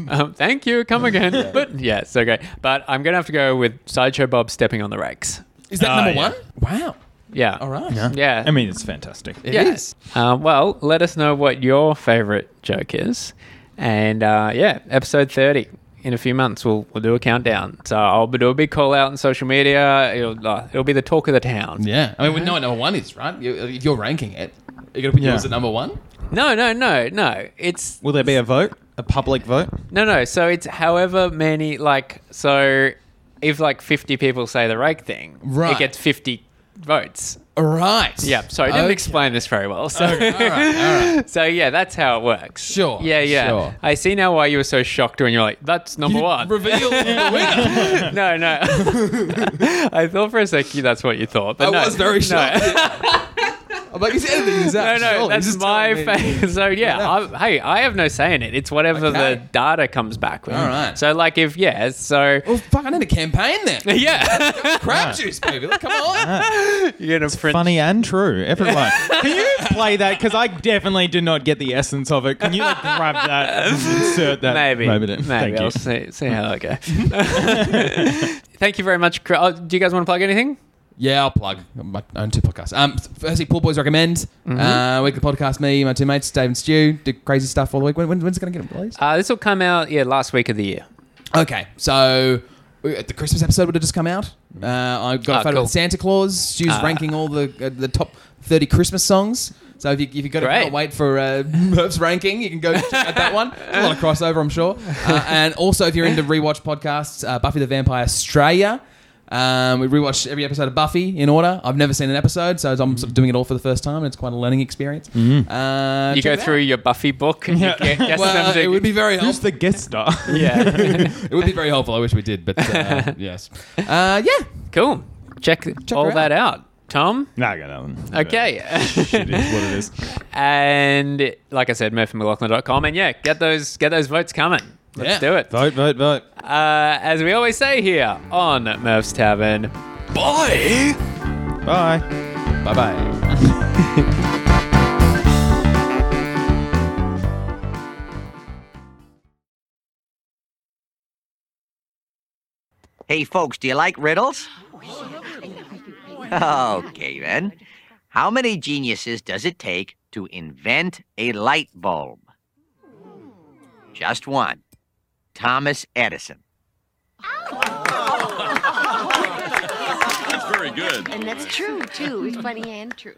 Speaker 1: Um, thank you. Come again. But yeah, so great. But I'm going to have to go with Sideshow Bob stepping on the rakes.
Speaker 2: Is that
Speaker 3: Ah,
Speaker 2: number
Speaker 3: yeah.
Speaker 2: one? Wow.
Speaker 1: Yeah.
Speaker 2: All right.
Speaker 1: uh, Yeah.
Speaker 3: I mean, it's fantastic.
Speaker 2: It
Speaker 1: Yeah.
Speaker 2: is.
Speaker 1: Um, well, let us know what your favorite joke is. And uh, yeah, episode 30. In a few months, we'll, we'll do a countdown. So I'll be, do a big call out on social media. It'll, uh, it'll be the talk of the town.
Speaker 2: Yeah. I mean,
Speaker 1: Uh-huh.
Speaker 2: we know what number one is, right? You- If you're ranking it, you're going to put
Speaker 3: Yeah.
Speaker 2: yours at number one?
Speaker 1: No, no, no, no. It's
Speaker 3: Will there be a vote? A public vote?
Speaker 1: No, no. So it's however many, like, so if like 50 people say the rake thing,
Speaker 2: Right.
Speaker 1: it gets 50 votes.
Speaker 2: All right.
Speaker 1: Yeah. So I didn't
Speaker 2: Okay.
Speaker 1: explain this very well. So,
Speaker 2: All right. All right.
Speaker 1: so yeah, that's how it works.
Speaker 2: Sure,
Speaker 1: Yeah, yeah. Uh,
Speaker 2: sure.
Speaker 1: I see now why you were so shocked when you're like, that's number one.
Speaker 2: Reveal the winner.
Speaker 1: no, no. I thought for a second that's what you thought. But
Speaker 2: I
Speaker 1: no,
Speaker 2: was very
Speaker 1: no.
Speaker 2: shocked. I'm like, is it anything? Is
Speaker 1: No,
Speaker 2: that
Speaker 1: no,
Speaker 2: surely?
Speaker 1: that's
Speaker 2: Just
Speaker 1: my
Speaker 2: tell me.
Speaker 1: favorite. So yeah,
Speaker 2: Yeah.
Speaker 1: I'm, hey, I have no say in it. It's whatever
Speaker 2: Okay.
Speaker 1: the data comes back with.
Speaker 2: All right.
Speaker 1: So like, if yeah, so
Speaker 2: Well, fuck, I need a campaign then.
Speaker 1: yeah, Uh-huh.
Speaker 2: Crab juice, baby. Like, come on.
Speaker 1: you're gonna print
Speaker 3: Funny and true. Everyone. Can you play that? Because I definitely did not get the essence of it. Can you like, grab that and insert that?
Speaker 1: maybe.
Speaker 3: moment in?
Speaker 1: Maybe
Speaker 3: Thank
Speaker 1: I'll
Speaker 3: you.
Speaker 1: see, see how that goes. Thank you very much. Cra- Oh, do you guys want to plug anything?
Speaker 2: Yeah, I'll plug my own two podcasts. Um, firstly, Pool Boys Recommend.
Speaker 1: Mm-hmm.
Speaker 2: Uh, weekly podcast, me, my two mates, Dave and Stu, do crazy stuff all the week. When, when, when's it going to get released?
Speaker 1: Uh, this will come out yeah last week of the year.
Speaker 2: Okay, so we- the Christmas episode would have just come out. Uh, I got
Speaker 1: Ah,
Speaker 2: a photo
Speaker 1: cool.
Speaker 2: with Santa Claus. Stu's
Speaker 1: Ah.
Speaker 2: ranking all the uh, the top thirty Christmas songs. So if you if you got to
Speaker 1: Great.
Speaker 2: can't wait for uh, Merv's ranking, you can go check out that one. There's a lot of crossover, I'm sure. Uh, and also, if you're into rewatch podcasts, uh, Buffy the Vampire Australia. Um, we rewatched every episode of Buffy in order. I've never seen an episode, so I'm sort of doing it all for the first time, and it's quite a learning experience. Uh,
Speaker 1: you
Speaker 2: check
Speaker 1: go
Speaker 2: it out.
Speaker 1: through your Buffy book and
Speaker 3: Yeah.
Speaker 1: you get, guess
Speaker 2: Well,
Speaker 1: them to-
Speaker 2: it would be very helpful.
Speaker 3: Who's the guest star?
Speaker 1: yeah
Speaker 2: it would be very helpful. I wish we did, but uh, yes. Uh, yeah.
Speaker 1: cool. Check, all
Speaker 2: her out.
Speaker 1: that out, Tom.
Speaker 3: nah, I got that one.
Speaker 1: Okay.
Speaker 3: Shit is what it is.
Speaker 1: and like I said, murphymclaughlin.com. and yeah, get those get those votes coming. Let's
Speaker 2: Yeah.
Speaker 1: do it.
Speaker 3: Vote, vote, vote.
Speaker 1: Uh, as we always say here on Murph's Tavern, Bye.
Speaker 3: Bye.
Speaker 2: Bye bye.
Speaker 4: Hey, folks, do you like riddles? Okay, then. How many geniuses does it take to invent a light bulb? Just one Thomas Edison.
Speaker 5: And that's true, too. It's funny and true.